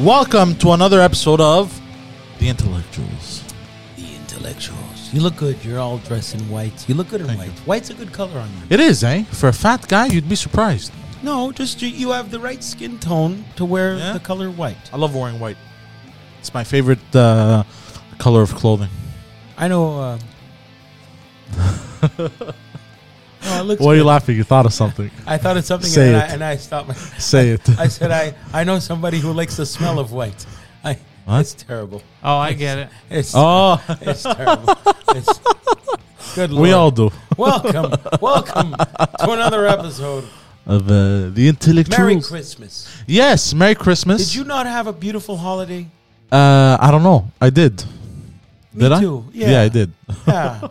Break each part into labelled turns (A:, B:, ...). A: Welcome to another episode of The Intellectuals.
B: The intellectuals. You look good. You're all dressed in white. You look good in
A: Thank
B: white.
A: you.
B: White's a good color on you.
A: It is, eh? For a fat guy, you'd be surprised.
B: No, just you, you have the right skin tone to wear
A: Yeah?
B: the color white.
A: I love wearing white. It's my favorite uh, color of clothing.
B: I know. Uh, no, it looks
A: Why are you
B: good.
A: laughing? You thought of something.
B: I thought it's something,
A: Say
B: and, I,
A: it.
B: and I stopped. My,
A: Say it.
B: I said, I, I know somebody who likes the smell of white. I,
A: What?
B: It's terrible.
C: Oh, I get it.
B: It's,
A: Oh,
B: it's terrible. It's, good lord.
A: we all do.
B: welcome, welcome to another episode.
A: Of uh, The Intellectuals.
B: Merry Christmas.
A: Yes, Merry Christmas.
B: Did you not have a beautiful holiday?
A: Uh, I don't know. I did.
B: Me
A: did
B: too.
A: I?
B: Yeah.
A: I did.
B: Yeah.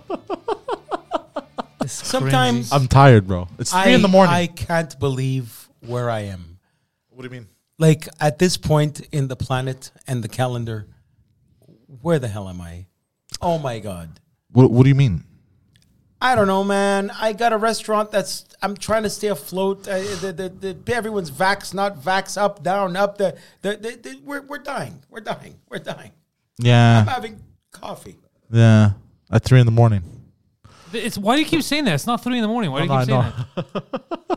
B: Sometimes
A: I'm tired, bro. It's 3
B: I,
A: in the morning.
B: I can't believe where I am.
A: what do you mean?
B: Like at this point in the planet and the calendar, where the hell am I? Oh my god.
A: What, what do you mean?
B: I don't know, man. I got a restaurant that's I'm trying to stay afloat. Uh, the, the, the, everyone's vax, not vax, up, down, up. The, the, the, the- we're, we're dying. We're dying. We're dying.
A: Yeah.
B: I'm having coffee.
A: Yeah. At 3 in the morning.
C: It's why do you keep saying that? It's not three in the morning. Why do you
A: No,
C: keep
A: no,
C: saying that?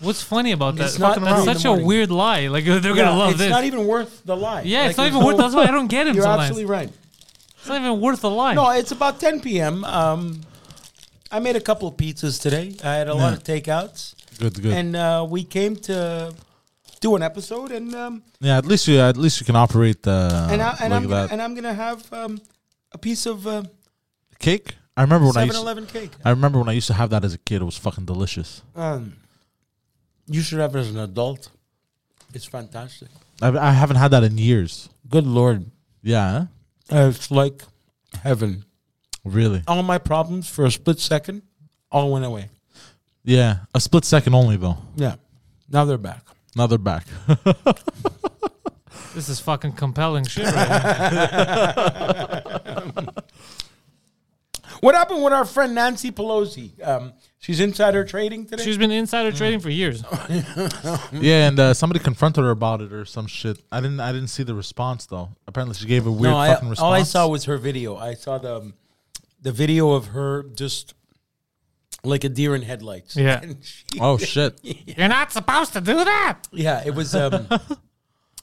C: What's funny about that?
B: It's not
C: That's
B: three in
C: such
B: the
C: a
B: morning.
C: weird lie. Like they're gonna
B: Yeah,
C: love
B: it's
C: this.
B: not even worth the lie.
C: yeah, it's not
B: Like,
C: even
B: there's
C: worth.
B: no-
C: That's why I don't get him.
B: You're
C: sometimes.
B: absolutely right.
C: It's not even worth the lie.
B: No, it's about 10 p.m. Um, I made a couple of pizzas today. I had a lot of takeouts,
A: Good, good.
B: and uh, we came to do an episode, and um,
A: Yeah, at least you at least you can operate uh,
B: and I,
A: like
B: and I'm
A: that
B: gonna, and I'm gonna have um, a piece of uh,
A: cake. I remember when I used
B: 7-Eleven cake.
A: I remember when I used to have that as a kid. It was fucking delicious.
B: Um, you should have it as an adult. It's fantastic.
A: I, I haven't had that in years.
B: Good lord,
A: Yeah, eh?
B: uh, it's like heaven.
A: really.
B: All my problems for a split second all went away.
A: Yeah, a split second only though.
B: Yeah, now they're back.
A: Now they're back.
B: Mm-hmm.
C: This is fucking compelling shit. Right now.
B: What happened with our friend Nancy Pelosi? Um, she's insider trading today.
C: She's been insider trading for years.
A: yeah, and uh, somebody confronted her about it or some shit. I didn't. I didn't see the response though. Apparently, she gave a weird
B: no, I,
A: fucking response.
B: all I saw was her video. I saw the um, the video of her just like a deer in headlights.
C: Yeah.
B: And she-
A: oh shit!
C: You're not supposed to do that.
B: yeah. It was um,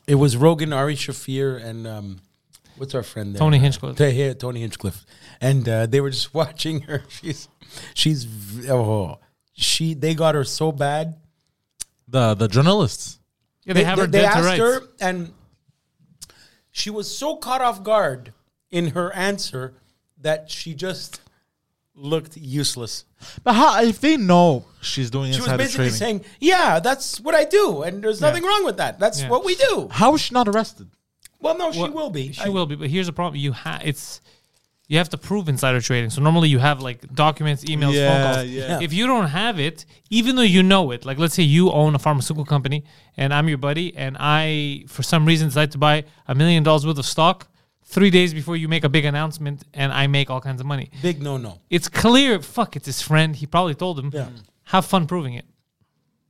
B: it was Rogan, Ari Shafir, and um, what's our friend there?
C: Tony Hinchcliffe.
B: Ta- yeah, Tony Hinchcliffe, and uh, they were just watching her. She's she's v- oh she they got her so bad.
A: The the journalists.
C: Yeah, they, have her
B: they
C: dead to
B: asked
C: rights.
B: her, and she was so caught off guard in her answer that she just looked useless.
A: But how if they know she's doing
B: She was
A: insider
B: basically
A: trading?
B: saying, "Yeah, that's what I do, and there's nothing wrong with that. That's
C: Yeah.
B: what we do."
A: how is she not arrested?
B: Well, no, she
C: Well,
B: will be.
C: She
B: I-
C: will be. But here's the problem: you have it's you have to prove insider trading. So normally you have like documents, emails,
A: Yeah,
C: phone calls.
A: yeah.
C: If you don't have it, even though you know it, like let's say you own a pharmaceutical company and I'm your buddy, and I for some reason decide to buy a million dollars worth of stock three days before you make a big announcement, and I make all kinds of money.
B: Big no no.
C: It's clear. Fuck, it's his friend. He probably told him.
B: Yeah.
C: Have fun proving it.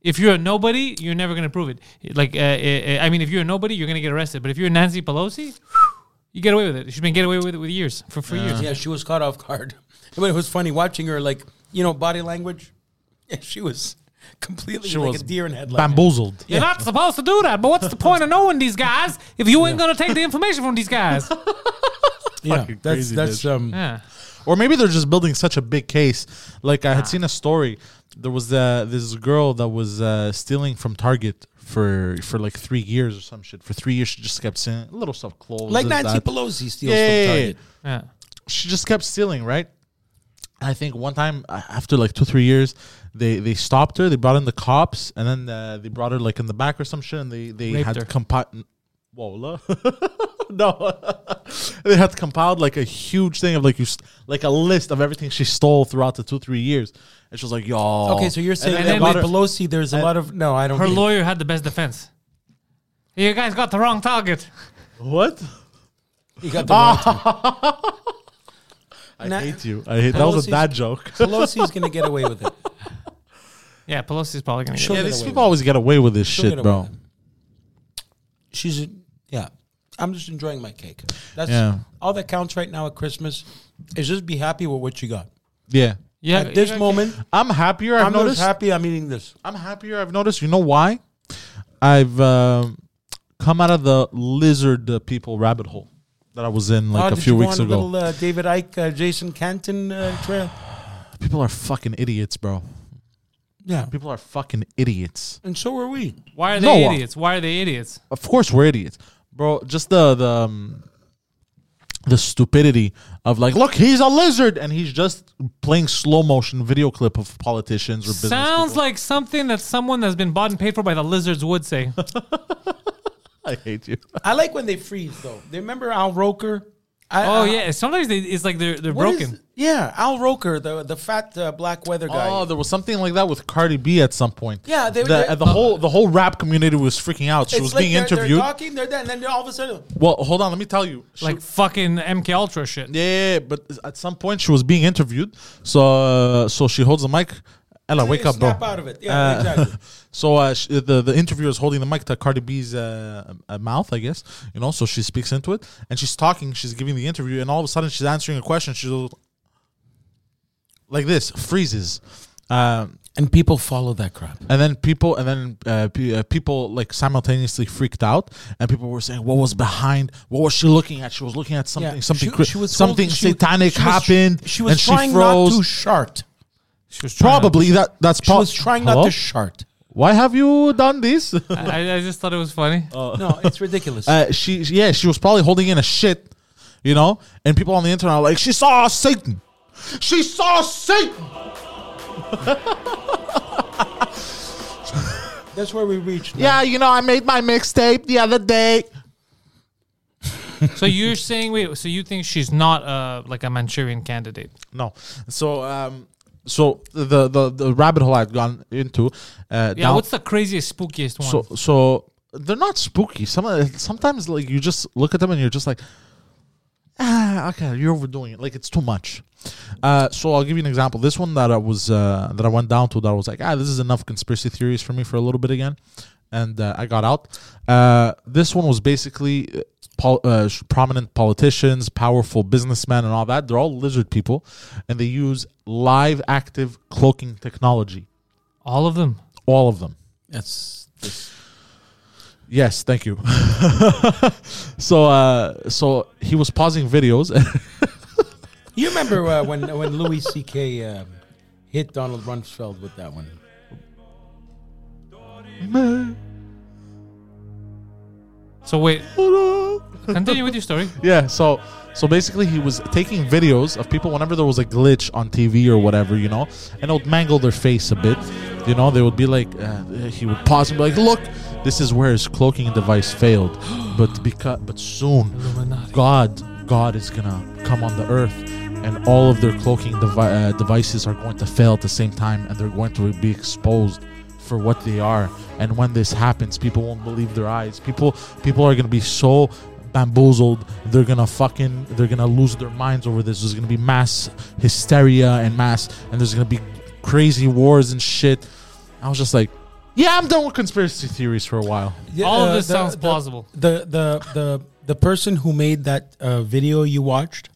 C: If you're a nobody, you're never gonna prove it. Like, uh, uh, I mean, if you're a nobody, you're gonna get arrested. But if you're Nancy Pelosi, you get away with it. She's been getting away with it with years for for years.
B: Yeah, she was caught off guard. But it was funny watching her, like you know, body language. Yeah, she was completely
A: She
B: like
A: was
B: a deer in headlights.
A: Bamboozled.
C: You're not supposed to do that. But what's the point of knowing these guys if you ain't gonna take the information from these guys?
B: Yeah,
A: Fucking
B: that's
A: crazy
B: that's
A: bitch.
B: um.
C: Yeah.
A: Or maybe they're just building such a big case. Like I had seen a story. There was uh, this girl that was uh, stealing from Target for for like three years or some shit. For three years, she just kept stealing little stuff, clothes,
B: Like
A: this,
B: Nancy
A: that.
B: Pelosi steals
A: Yeah, yeah,
B: from
A: yeah,
B: Target.
C: Yeah.
A: she just kept stealing, right? And I think one time a- after like two three years, they they stopped her. They brought in the cops, and then uh, they brought her like in the back or some shit, and they they
C: Raped
A: had
C: her.
A: compi- Whoa, lo- no, they had compiled like a huge thing of like you st- like a list of everything she stole throughout the two three years. And she was like, "Yo,
B: Okay, so you're saying
A: and
B: that
A: then
C: they
B: with
A: brought her-
B: Pelosi, there's a lot of no. I don't.
C: Her
B: get it.
C: lawyer had the best defense. You guys got the wrong target.
A: what?
B: You got the
A: Ah!
B: wrong time.
A: I
B: Nah.
A: hate you. I hate that was
B: Pelosi's-
A: a dad joke.
B: Pelosi's gonna get away with it.
C: Yeah, Pelosi's probably gonna
B: Sure.
C: get
A: yeah,
C: it.
B: get
A: these
B: away
A: people
B: with it.
A: always get away with this
B: get
A: shit,
B: away
A: bro.
B: with it. She's a, yeah. I'm just enjoying my cake. That's
A: Yeah.
B: all that counts right now at Christmas is just be happy with what you got.
A: Yeah,
C: Yeah,
B: at this
C: you-
B: moment,
A: I'm happier. I've
B: I'm not
A: noticed.
B: just happy. I'm eating this.
A: I'm happier. I've noticed. You know why? I've um come out of the lizard uh, people rabbit hole that I was in
B: Oh,
A: like a
B: did
A: few
B: you go
A: weeks
B: on a
A: ago.
B: little, uh, David Icke, uh, Jason Canton uh, trail.
A: people are fucking idiots, bro.
B: Yeah,
A: People are fucking idiots.
B: and so are we.
C: Why are they
A: No, uh,
C: idiots? Why are they idiots?
A: Of course we're idiots, bro. Just the the um, the stupidity of like, look, he's a lizard, and he's just playing slow motion video clip of politicians or business.
C: Sounds
A: people.
C: like something that someone that's been bought and paid for by the lizards would say.
A: I hate you.
B: I like when they freeze though. They remember Al Roker. I,
C: oh
B: I-
C: yeah, sometimes they, it's like they're they're
B: what is-
C: broken.
B: yeah, Al Roker, the the fat uh, black weather guy.
A: Oh, there was something like that with Cardi B at some point.
B: Yeah, they-
A: the,
B: they-
A: the whole the whole rap community was freaking out. She
B: It's
A: was
B: like
A: being
B: they're-
A: interviewed.
B: They're talking, they're there, and then they're all of a sudden,
A: well, hold on, let me tell you. She-
C: like fucking MK Ultra shit.
A: yeah, yeah, yeah, but at some point she was being interviewed. So uh, so she holds the mic. Ella, wake up, bro. Uh,
B: snap out of it. Yeah, exactly.
A: So uh, sh the the interviewer is holding the mic to Cardi B's uh, uh, mouth, I guess. You know, so she speaks into it, and she's talking, she's giving the interview, and all of a sudden she's answering a question. She's like this, freezes. Um,
B: And people follow that crap.
A: And then people, and then uh, pe- uh, people like simultaneously freaked out, and people were saying, "What was behind? What was she looking at? She was looking at something, something, cri- something
B: holding- she-
A: satanic
B: she was-
A: happened,
B: She was
A: and
B: trying
A: she froze.
B: not to shart.
C: She was trying to-
A: Probably that that's
B: She
A: prob-
B: was trying
A: Hello?
B: not to shart.
A: Why have you done this?
C: I, I just thought it was funny.
B: No, it's ridiculous.
A: uh, she, yeah, she was probably holding in a shit, you know. And people on the internet are like, "She saw Satan. She saw Satan."
B: That's where we reached. now.
A: Yeah, you know, I made my mixtape the other day.
C: so you're saying wait? So you think she's not uh like a Manchurian candidate?
A: No. So um so the the, the rabbit hole I'd gone into uh
C: Yeah.
A: down-
C: what's the craziest, spookiest one?
A: so so they're not spooky. Some sometimes like you just look at them and you're just like ah okay, you're overdoing it. Like it's too much. Uh so I'll give you an example. This one that I was uh that I went down to that I was like, ah this is enough conspiracy theories for me for a little bit again. And uh, I got out. Uh, this one was basically uh, pol- uh, sh- prominent politicians, powerful businessmen, and all that. They're all lizard people, and they use live active cloaking technology.
C: All of them.
A: All of them.
B: That's
A: Yes, thank you. so, uh, so he was pausing videos.
B: You remember uh, when when Louis C.K. Um, hit Donald Rumsfeld with that one?
C: So wait, continue with your story.
A: yeah, so so basically he was taking videos of people whenever there was a glitch on TV or whatever, you know, and it would mangle their face a bit. You know, they would be like, uh, he would pause and be like, "Look, this is where his cloaking device failed, but because but soon, God, God is gonna come on the earth." And all of their cloaking devi- uh, devices are going to fail at the same time, and they're going to be exposed for what they are. And when this happens, people won't believe their eyes. People people are gonna be so bamboozled. They're gonna fucking they're gonna lose their minds over this. There's gonna be mass hysteria and mass and there's gonna be crazy wars and shit. I was just like, yeah, I'm done with conspiracy theories for a while.
B: Yeah,
C: All of
B: uh,
C: this
B: the-
C: sounds
B: the-
C: plausible.
B: The the the the person who made that uh, video you watched.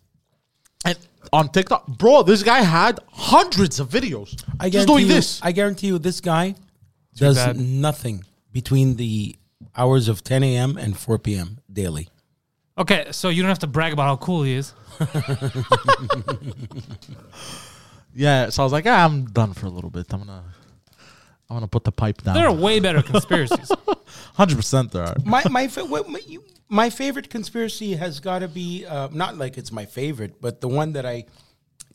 A: And on TikTok, bro, this guy had hundreds of videos.
B: I
A: just
B: guarantee
A: doing
B: you,
A: this.
B: I guarantee you, this guy does
C: bad.
B: nothing between the hours of 10 a.m. and 4 p.m. daily.
C: Okay, so you don't have to brag about how cool he is.
A: Yeah, so I was like, ah, I'm done for a little bit. I'm gonna, I'm gonna put the pipe
C: There are
A: down.
C: way better conspiracies.
A: Hundred percent, there are.
B: my my fa- what, my, you, my favorite conspiracy has got to be uh, not like it's my favorite, but the one that I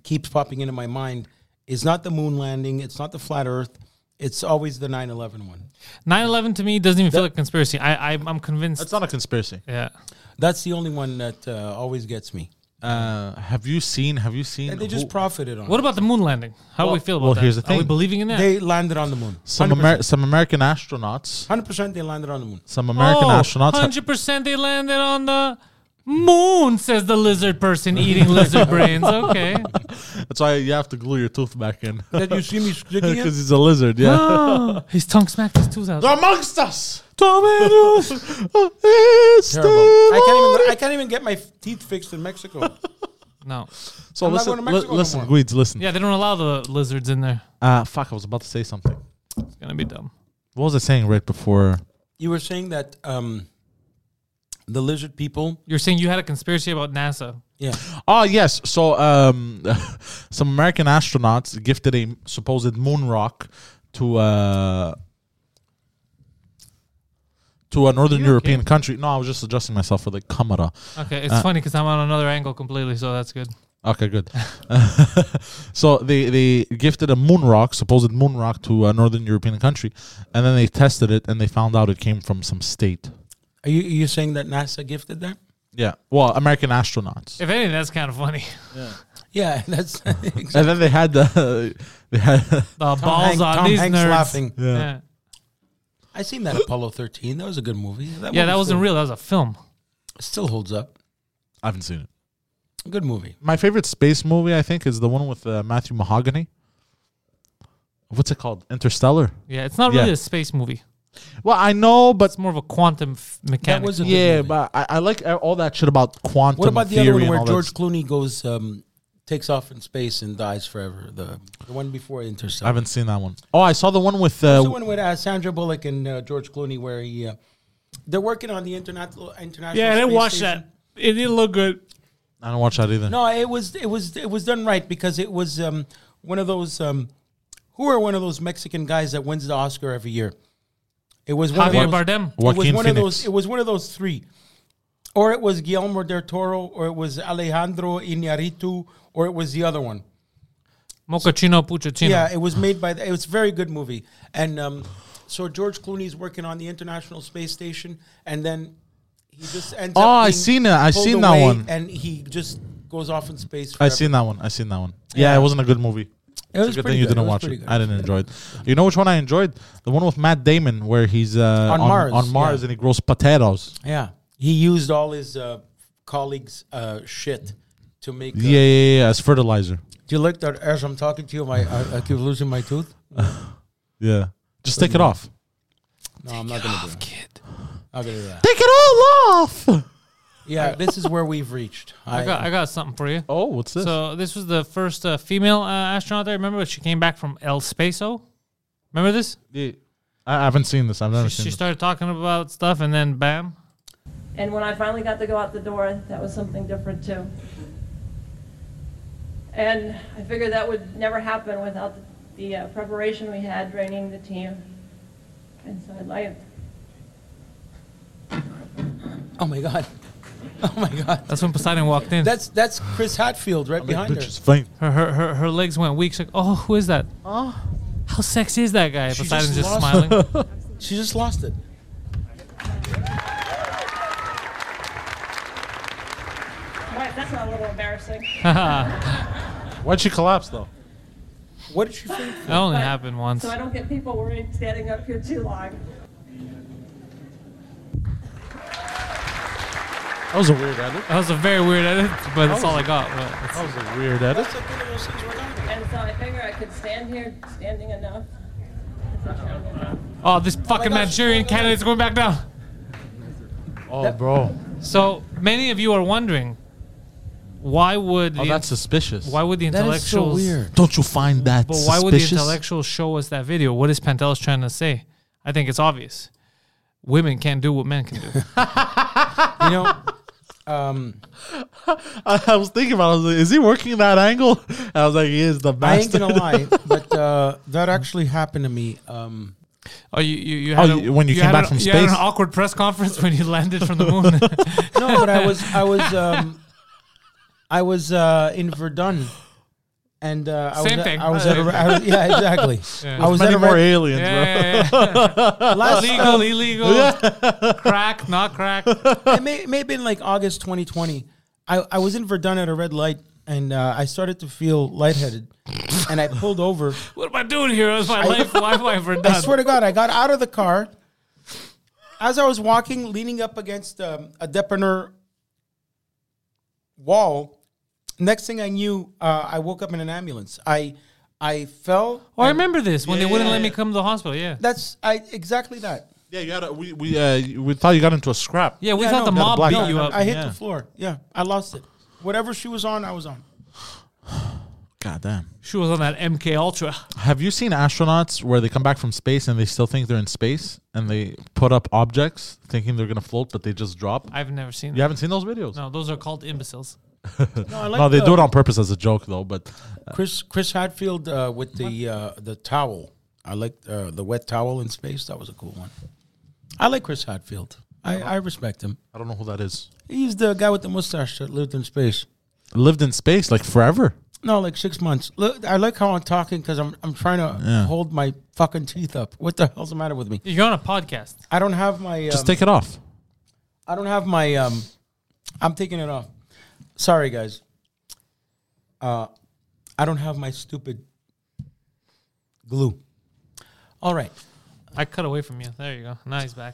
B: keeps popping into my mind is not the moon landing, it's not the flat Earth, it's always the 9-11 one.
C: 9-11 to me doesn't even feel like a conspiracy. I, I I'm convinced.
A: That's not a conspiracy.
C: yeah.
B: That's the only one that uh, always gets me.
A: Uh, have you seen? Have you seen?
B: And they just
A: who-
B: profited on.
C: What
B: it.
C: about the moon landing? How do we feel about
A: well,
C: that?
A: here's the
C: Are we
A: thing.
C: believing in that?
B: They landed on the moon.
A: some Amer- some American astronauts.
B: Hundred percent, they landed on the moon.
A: Some American astronauts. ha-
C: Oh, Hundred percent, they landed on the moon. Says the lizard person eating lizard brains. Okay,
A: That's why you have to glue your tooth back in
B: That you see me sticking
A: because
B: it?
A: he's a lizard. Yeah.
C: his tongue smacked his tooth out.
A: Amongst us.
C: Tomatoes.
B: Terrible. I can't even. I can't even get my f- teeth fixed in Mexico.
C: No,
A: So
B: I'm not
A: listen,
B: going to
A: li-
B: Mexico no
A: listen,
B: more.
A: Guides, listen.
C: yeah, they don't allow the lizards in there.
A: Uh, fuck, I was about to say something.
C: It's gonna be dumb.
A: What was I saying right before?
B: You were saying that um, the lizard people.
C: You're saying you had a conspiracy about NASA.
B: Yeah.
A: Oh yes, so um, some American astronauts gifted a supposed moon rock to uh, to a northern European country. No, I was just adjusting myself for the camera.
C: Okay,
B: Uh,
C: it's funny funny because I'm on another angle completely, so that's good.
A: Okay, good. so they they gifted a moon rock, supposed moon rock, to a northern European country, and then they tested it and they found out it came from some state.
B: Are you are you saying that NASA gifted that?
A: Yeah, well, American astronauts.
C: If anything, that's kind of funny.
B: Yeah, that's exactly.
A: and then they had the they had
C: The balls
B: Hanks-
C: on
B: Tom
C: these
B: Hanks
C: nerds.
B: laughing.
C: Yeah,
A: yeah.
C: yeah,
B: I seen that Apollo 13. That was a good movie. That
C: that
B: movie
C: wasn't
B: still-
C: real. That was a film.
B: Still holds up.
A: I haven't seen it.
B: Good movie.
A: My favorite space movie, I think, is the one with uh, Matthew Mahogany. What's it called? Interstellar.
C: Yeah, it's not really
A: Yeah.
C: a space movie.
A: Well, I know, but
C: It's more of a quantum f- mechanic.
B: was a- good
A: yeah,
B: movie.
A: but I, I like uh, all that shit about quantum.
B: What about the
A: theory
B: other one
A: and
B: where
A: all that
B: George
A: s-
B: Clooney goes um, takes off in space and dies forever? The the one before
A: I
B: Interstellar.
A: haven't seen that one. Oh, I saw the one with
B: That's
A: uh,
B: the one with uh, Sandra Bullock and uh, George Clooney where he uh, they're working on the international international.
C: Yeah, I didn't
B: Space
C: watch
B: Station.
C: that. It didn't look good.
A: I don't watch that either.
B: No, it was it was it was done right because it was um, one of those um, who are one of those Mexican guys that wins the Oscar every year. It was one
C: Javier
B: of those,
C: Bardem.
B: It was
A: Joaquin
B: one of
A: Phoenix.
B: those. It was one of those three, or it was Guillermo del Toro, or it was Alejandro Iñárritu, or it was the other one.
C: Mochaccino, Puccino.
B: Yeah, it was made by. The, it was a very good movie, and um, so George Clooney's working on the International Space Station, and then he just ends.
A: Oh,
B: up
A: I
B: being
A: seen it. I
B: pulled
A: seen that
B: away,
A: one.
B: and he just goes off in space.
A: I
B: Forever.
A: seen that one. I seen that one. Yeah, it wasn't a good movie.
B: It was
A: It's a good
B: pretty
A: thing you
B: good.
A: didn't
B: was
A: watch
B: pretty
A: it.
B: good.
A: I didn't enjoy it. You know which one I enjoyed? The one with Matt Damon where he's uh, on,
B: Mars,
A: on Mars
B: yeah.
A: and he grows potatoes.
B: Yeah, he used all his uh, colleagues' uh, shit to make. Uh,
A: Yeah, yeah, yeah, yeah, as fertilizer.
B: Do you like that? As I'm talking to you, my I, I keep losing my tooth.
A: Yeah, just take it off.
B: No, I'm not gonna do that. Not gonna do that.
A: Take it all off.
B: Yeah, this is where we've reached.
C: I got, I got something for you.
A: Oh, what's this?
C: So this was the first uh, female uh, astronaut I remember. She came back from El Spaso. Remember this?
A: Yeah. I haven't seen this. I've never
C: She
A: seen. this.
C: started talking about stuff, and then bam.
D: And when I finally got to go out the door, that was something different too. And I figured that would never happen without the, the uh, preparation we had training the team. And so I like,
B: oh my god. Oh my god.
C: That's when Poseidon walked in.
B: That's that's Chris Hatfield right behind her.
A: Bitch is fine.
C: her, her, her, her legs went weak. She's like, oh, who is that? Oh, how sexy is that guy?
B: She
C: Poseidon's
B: just
C: just,
B: lost-
C: smiling.
B: She just lost it.
D: "Why- that's not a little embarrassing.
A: Why'd she collapse though?
B: What did she think?
C: that only happened once.
D: So I don't get people worried standing up here too long.
A: That was a weird edit.
C: That was a very weird edit, but that's all I got. But it's-
A: That was a weird edit.
B: That's like one of those things we're talking about.
D: And so I figure I could stand here standing enough.
C: oh, this fucking
B: gosh,
C: Nigerian
B: she's going
C: candidate's going back down.
A: Oh, bro.
C: So many of you are wondering, why would
A: Oh,
C: the-
A: that's suspicious.
C: why would the intellectuals
A: Don't you find that
C: But why
A: suspicious?
C: would the intellectuals show us that video? What is Pantelis trying to say? I think it's obvious. Women can't do what men can do.
B: You know, Um,
A: I, I was thinking about. It, I was like, is he working that angle? I was like, he is the
B: I ain't
A: master.
B: gonna lie, but uh, that actually happened to me. Um,
C: Oh, you you, you had
A: Oh,
C: a-
A: you- when you came
C: had
A: back from
C: an- you had an
A: space?
C: awkward press conference when you landed from the moon.
B: no, but I was I was um, I was uh, in Verdun, and uh, I
C: Same
B: was, at-
C: thing.
B: I was at a, I was, yeah exactly.
C: Yeah.
B: I was
A: Many
B: at a
A: more
B: red-
A: aliens, bro.
C: yeah, yeah,
B: last
C: yeah. legal, illegal, crack, not crack.
B: it may, it may have been like August 2020. I, I was in Verdun at a red light and uh, I started to feel lightheaded. and I pulled over.
C: What am I doing here? That's my life. Why am I ever done?
B: I swear to God, I got out of the car. As I was walking, leaning up against um, a Depener wall, next thing I knew, uh, I woke up in an ambulance. I I fell.
C: Oh, I
B: and
C: remember this when
A: Yeah,
C: they wouldn't
A: yeah,
C: let me
A: yeah.
C: come to the hospital. Yeah,
B: That's I exactly that.
A: Yeah, you had a, we we uh, we thought you got into a scrap.
C: yeah. We
B: Yeah,
C: thought
B: no,
C: the
B: got a
C: mob
A: black
C: beat
A: eye.
C: you up.
B: I hit
A: yeah.
B: the floor. Yeah, I lost it. Whatever she was on, I was on.
A: God damn.
C: she was on that MK Ultra.
A: Have you seen astronauts where they come back from space and they still think they're in space and they put up objects thinking they're gonna float but they just drop?
C: I've never seen.
A: You
C: that.
A: haven't seen those videos?
C: No, those are called imbeciles.
B: No, I like
A: No, they
B: the-
A: do it on purpose as a joke though. But
B: Chris Chris Hadfield uh, with the uh, the towel. I like uh, the wet towel in space. That was a cool one. I like Chris Hadfield. I, I respect him.
A: I don't know who that is.
B: He's the guy with the mustache that lived in space.
A: Lived in space like forever.
B: No, like six months. Look, I like how I'm talking because I'm I'm trying to hold my fucking teeth up. What the hell's the matter with me?
C: You're on a podcast.
B: I don't have my. Um,
A: Just take it off.
B: I don't have my. Um, I'm taking it off. Sorry, guys. Uh, I don't have my stupid glue. All right.
C: I cut away from you. There you go. Now he's back.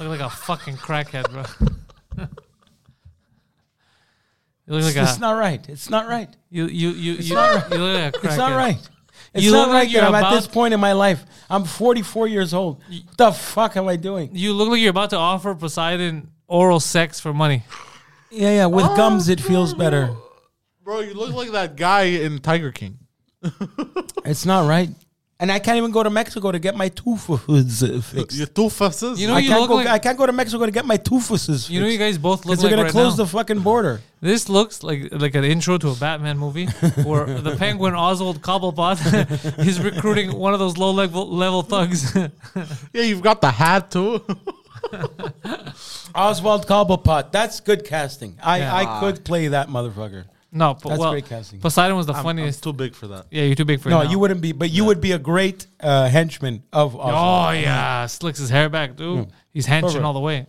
C: Look like a fucking crackhead, bro. you look like
B: It's
C: a
B: not right. It's not right.
C: you you you you,
B: not
C: you look like a crackhead.
B: It's not right. It's
C: You
B: not
C: look like
B: right
C: you're
B: that I'm at
C: about-
B: this point in my life. I'm 44 years old. What the fuck am I doing?
C: You look like you're about to offer Poseidon oral sex for money.
B: Yeah, yeah. With gums, it feels better.
A: Bro, you look like that guy in Tiger King.
B: It's not right. And I can't even go to Mexico to get my toofuses fixed.
A: Your two faces.
C: You know
B: I
C: you
B: can't,
C: look
B: go,
C: like-
B: I can't go to Mexico to get my toofuses
C: You know, you
B: fixed.
C: guys both look
B: Because
C: like
B: they're going
C: right
B: to close
C: now.
B: the fucking border.
C: This looks like like an intro to a Batman movie where the penguin Oswald Cobblepot is recruiting one of those low level level thugs.
A: yeah, you've got the hat too.
B: Oswald Cobblepot. That's good casting. I,
C: Yeah.
B: I could play that motherfucker.
C: no, but
B: That's
C: well,
B: great casting.
C: Poseidon was the
A: I'm- I'm
C: funniest.
A: too big for that.
C: yeah, you're too big for it
B: No,
C: now.
B: you wouldn't be, but you would be a great uh, henchman of Oswald.
C: Oh yeah, slicks his hair back, dude.
A: Hmm.
C: He's henching
B: Perfect.
C: all the way.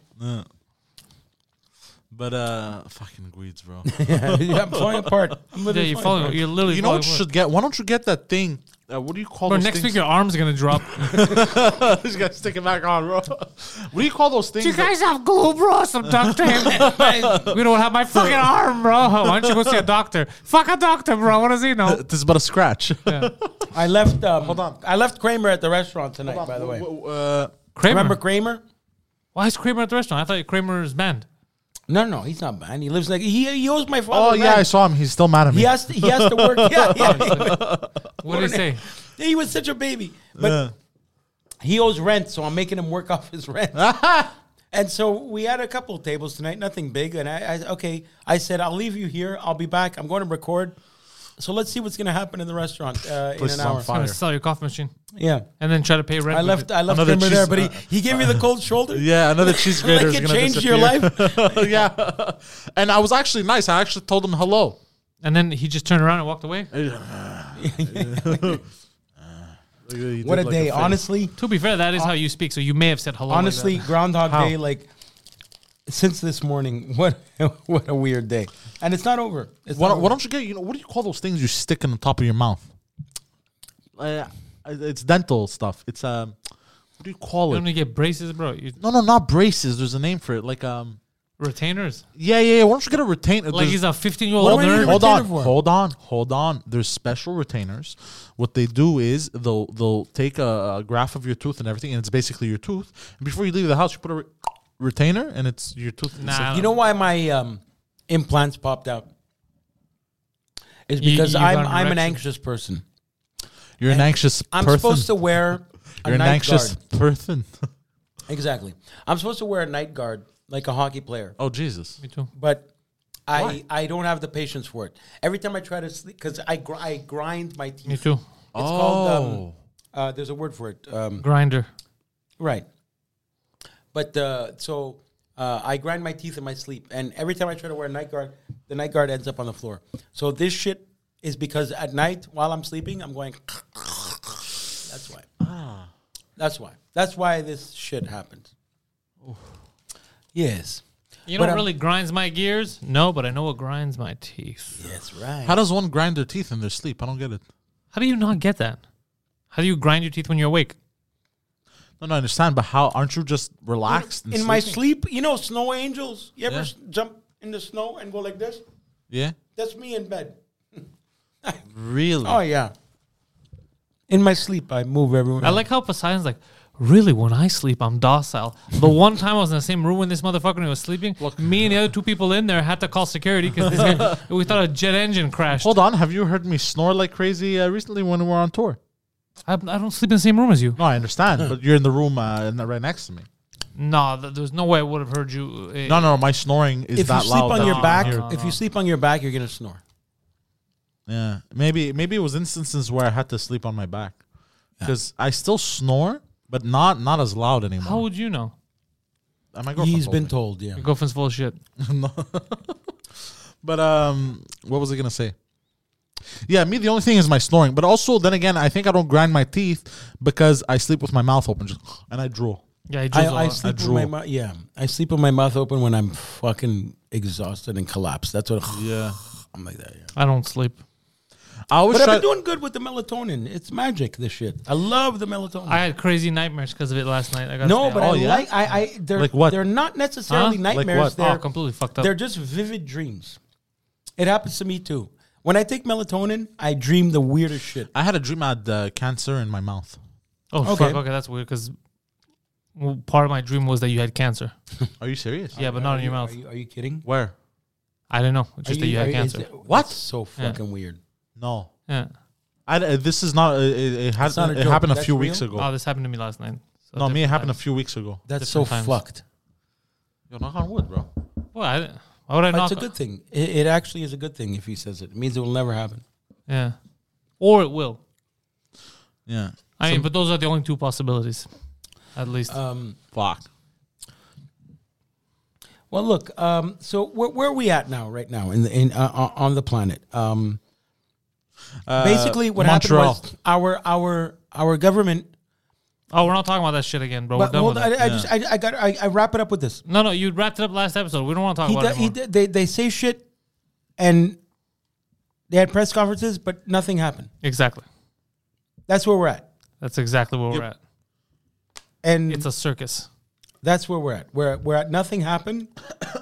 A: But uh, fucking Guides, bro.
B: yeah, I'm falling apart. I'm
C: Yeah,
B: literally
C: you're
B: falling
C: falling. You're literally.
A: you know what you
C: falling
A: should get? Why don't you get that thing? Uh, what do you call
C: Bro,
A: those
C: next
A: things?
C: week your arm's gonna drop.
A: you gotta stick it back on, bro. What do you call those things?
C: you guys have glue, bro. Some duct tape. we don't have my fucking arm, bro. Why don't you go see a doctor? Fuck a doctor, bro. What does he know?
A: this is but a scratch.
B: I left. Um, Hold on. I left Kramer at the restaurant tonight. By the way,
A: Uh,
C: Kramer.
B: remember Kramer?
C: Why is Kramer at the restaurant? I thought Kramer's banned.
B: No, no, he's not banned. He lives like he, he owes my
A: oh
B: father.
A: yeah, I
B: rent.
A: saw him. He's still mad at me.
B: he has to, he has to work. Yeah, yeah.
C: What did he say?
B: he was such a baby, but he owes rent, so I'm making him work off his rent. and so we had a couple of tables tonight, nothing big. And I, I okay, I said I'll leave you here. I'll be back. I'm going to record. So let's see what's going to happen in the restaurant uh, in
A: Place
B: an
A: is on
B: hour.
A: fire.
C: I'm gonna sell your coffee machine
B: Yeah.
C: and then try to pay rent.
B: I
C: with
B: left.
C: it.
B: I left
A: Another
B: Kramer there,
A: cheese-
B: but he, he gave me the cold shoulder.
A: Yeah, another cheese grater is
B: like it
A: gonna
B: changed your
A: disappear. Oh,
B: life.
A: yeah, and I was actually nice. I actually told him hello.
C: and then he just turned around and walked away.
B: What a day! honestly,
A: Oh
C: To be fair, that
A: Uh,
C: is how you speak. So you may have said hello. like
B: honestly,
C: that.
B: Groundhog
C: How?
B: Day. Like since this morning, what what a weird day, and it's not over. It's
A: Why,
B: not
A: don't- why
B: over.
A: don't you get you know what do you call those things you stick in the top of your mouth? Uh, it's dental stuff. It's um, what do you call
C: you
A: it?
C: only get braces, bro. You,
A: No, no, not braces. There's a name for it. Like um,
C: retainers.
A: yeah, yeah. yeah. Why don't you get a retainer?
C: Like
A: There's-
C: he's a 15 year old
A: Hold on,
C: nerd.
A: hold
B: retainer
A: on,
B: for?
A: hold on, hold on. There's special retainers. What they do is they'll they'll take a, a graph of your tooth and everything, and it's basically your tooth. And before you leave the house, you put a re- retainer, and it's your tooth. It's
C: Nah,
A: like-
B: you know why my um, implants popped out? Is
C: You-
B: because
C: you
B: I'm
C: got an
B: I'm an
C: erection.
B: anxious person.
A: you're an anxious
B: I'm
A: person.
B: supposed to wear a
A: you're an
B: night
A: anxious
B: guard.
A: person.
B: Exactly. I'm supposed to wear a night guard like a hockey player.
A: Oh Jesus!
C: Me too.
B: But I I don't have the patience for it. Every time I try to sleep, because I gr- I grind my teeth.
C: Me too.
B: It's
C: Oh.
B: called
A: Oh.
B: um, uh, there's a word for it. Um,
C: Grinder.
B: right. But uh, so uh, I grind my teeth in my sleep, and every time I try to wear a night guard, the night guard ends up on the floor. So this shit is because at night while I'm sleeping, I'm going. That's why. That's why. That's why this shit happened. Yes.
C: You
B: But
C: know what
B: I'm-
C: really grinds my gears? No, but I know what grinds my teeth.
B: That's right.
A: How does one grind their teeth in their sleep? I don't get it.
C: How do you not get that? How do you grind your teeth when you're awake?
A: No, no, I understand. But how? Aren't you just relaxed and
B: in my
A: sleeping?
B: sleep, you know, snow angels. You ever
A: Yeah.
B: s- jump in the snow and go like this?
A: Yeah,
B: That's me in bed.
A: really.
B: Oh yeah. In my sleep, I move everyone.
C: I like how Poseidon's like, really, when I sleep, I'm docile. The one time I was in the same room with this motherfucker and he was sleeping, me and the other two people in there had to call security because we thought a jet engine crashed.
A: Hold on. Have you heard me snore like crazy uh, recently when we were on tour?
C: I, I don't sleep in the same room as you.
A: No, I understand. but you're in the room uh, and right next to me.
C: No, th- there's no way I would have heard you. eh,
A: No, no, my snoring is
B: if you
A: that
B: sleep
A: loud.
B: on
A: that
B: your
A: you can
B: back,
A: hear it.
B: if you sleep on your back, you're gonna snore.
A: Yeah, maybe maybe it was instances where I had to sleep on my back because I still snore, but not not as loud anymore.
C: How would you know?
A: And my girlfriend
B: He's
A: told
B: been
A: me.
B: told, yeah.
C: Your girlfriend's full of shit.
A: But um, what was I gonna say? Yeah, me. The only thing is my snoring. But also, then again, I think I don't grind my teeth because I sleep with my mouth open, just, and I drool.
C: Yeah,
B: I,
C: he drools a
B: I
C: lot.
B: sleep with
A: drool.
B: my mouth. Yeah, I sleep with my mouth open when I'm fucking exhausted and collapsed. That's what
A: Yeah,
B: I'm like that. Yeah.
C: I don't sleep.
A: I always
B: But I've
A: try.
B: been doing good with the melatonin. It's magic. This shit. I love the melatonin.
C: I had crazy nightmares because of it last night. I got
B: no, but
A: Oh,
B: I
A: yeah?
B: like. I, I they're
A: Like what?
B: they're not necessarily
C: Huh? Like
B: nightmares.
A: what?
C: oh,
B: They're
C: completely fucked up.
B: They're just vivid dreams. It happens to me too. When I take melatonin, I dream the weirdest shit.
A: I had a dream I had uh, cancer in my mouth.
C: Oh,
B: Okay.
C: fuck. Okay, that's weird because part of my dream was that you had cancer.
A: Are you serious?
C: Yeah, but not in your mouth.
B: Are you, are you kidding?
A: Where?
C: I don't know. It's just
B: Are
C: that you
B: are
C: had
B: is
C: cancer.
B: that-
A: What?
B: that's so fucking weird.
A: No.
C: yeah.
A: I, uh, this is not. Uh, it it, had,
B: not a
A: it
B: joke.
A: happened a
B: That's
A: few
B: real?
A: weeks ago.
C: Oh, this happened to me last night. So
A: no, me. It
C: different
A: happened a
C: times.
A: few weeks ago.
B: That's so
C: Different times.
B: fucked.
A: Yo, knock on wood, bro.
C: Well, I, didn't- why would I
B: But
C: not?
B: it's a good thing. It, it actually is a good thing if he says it. It means it will never happen.
C: Yeah. Or it will.
A: Yeah.
C: I mean, but those are the only two possibilities, at least.
B: Um,
A: Fuck.
B: well, look. Um, so where, where are we at now? Right now, in the in uh, uh, on the planet. Um,
A: Uh,
B: basically, what
A: Montreal.
B: happened was our our our government.
C: oh, we're not talking about that shit again, bro.
B: But
C: we're done
B: hold
C: with
B: on, I,
C: that.
B: I just I, I got I, I wrap it up with this.
C: no, no, you wrapped it up last episode. We don't want to talk
B: he,
C: about
B: do-
C: it.
B: he
C: anymore.
B: do- they they say shit, and they had press conferences, but nothing happened.
C: Exactly.
B: That's where we're at,
C: That's exactly where we're at.
B: and
C: It's a circus.
B: that's where we're at. We're we're at nothing happened,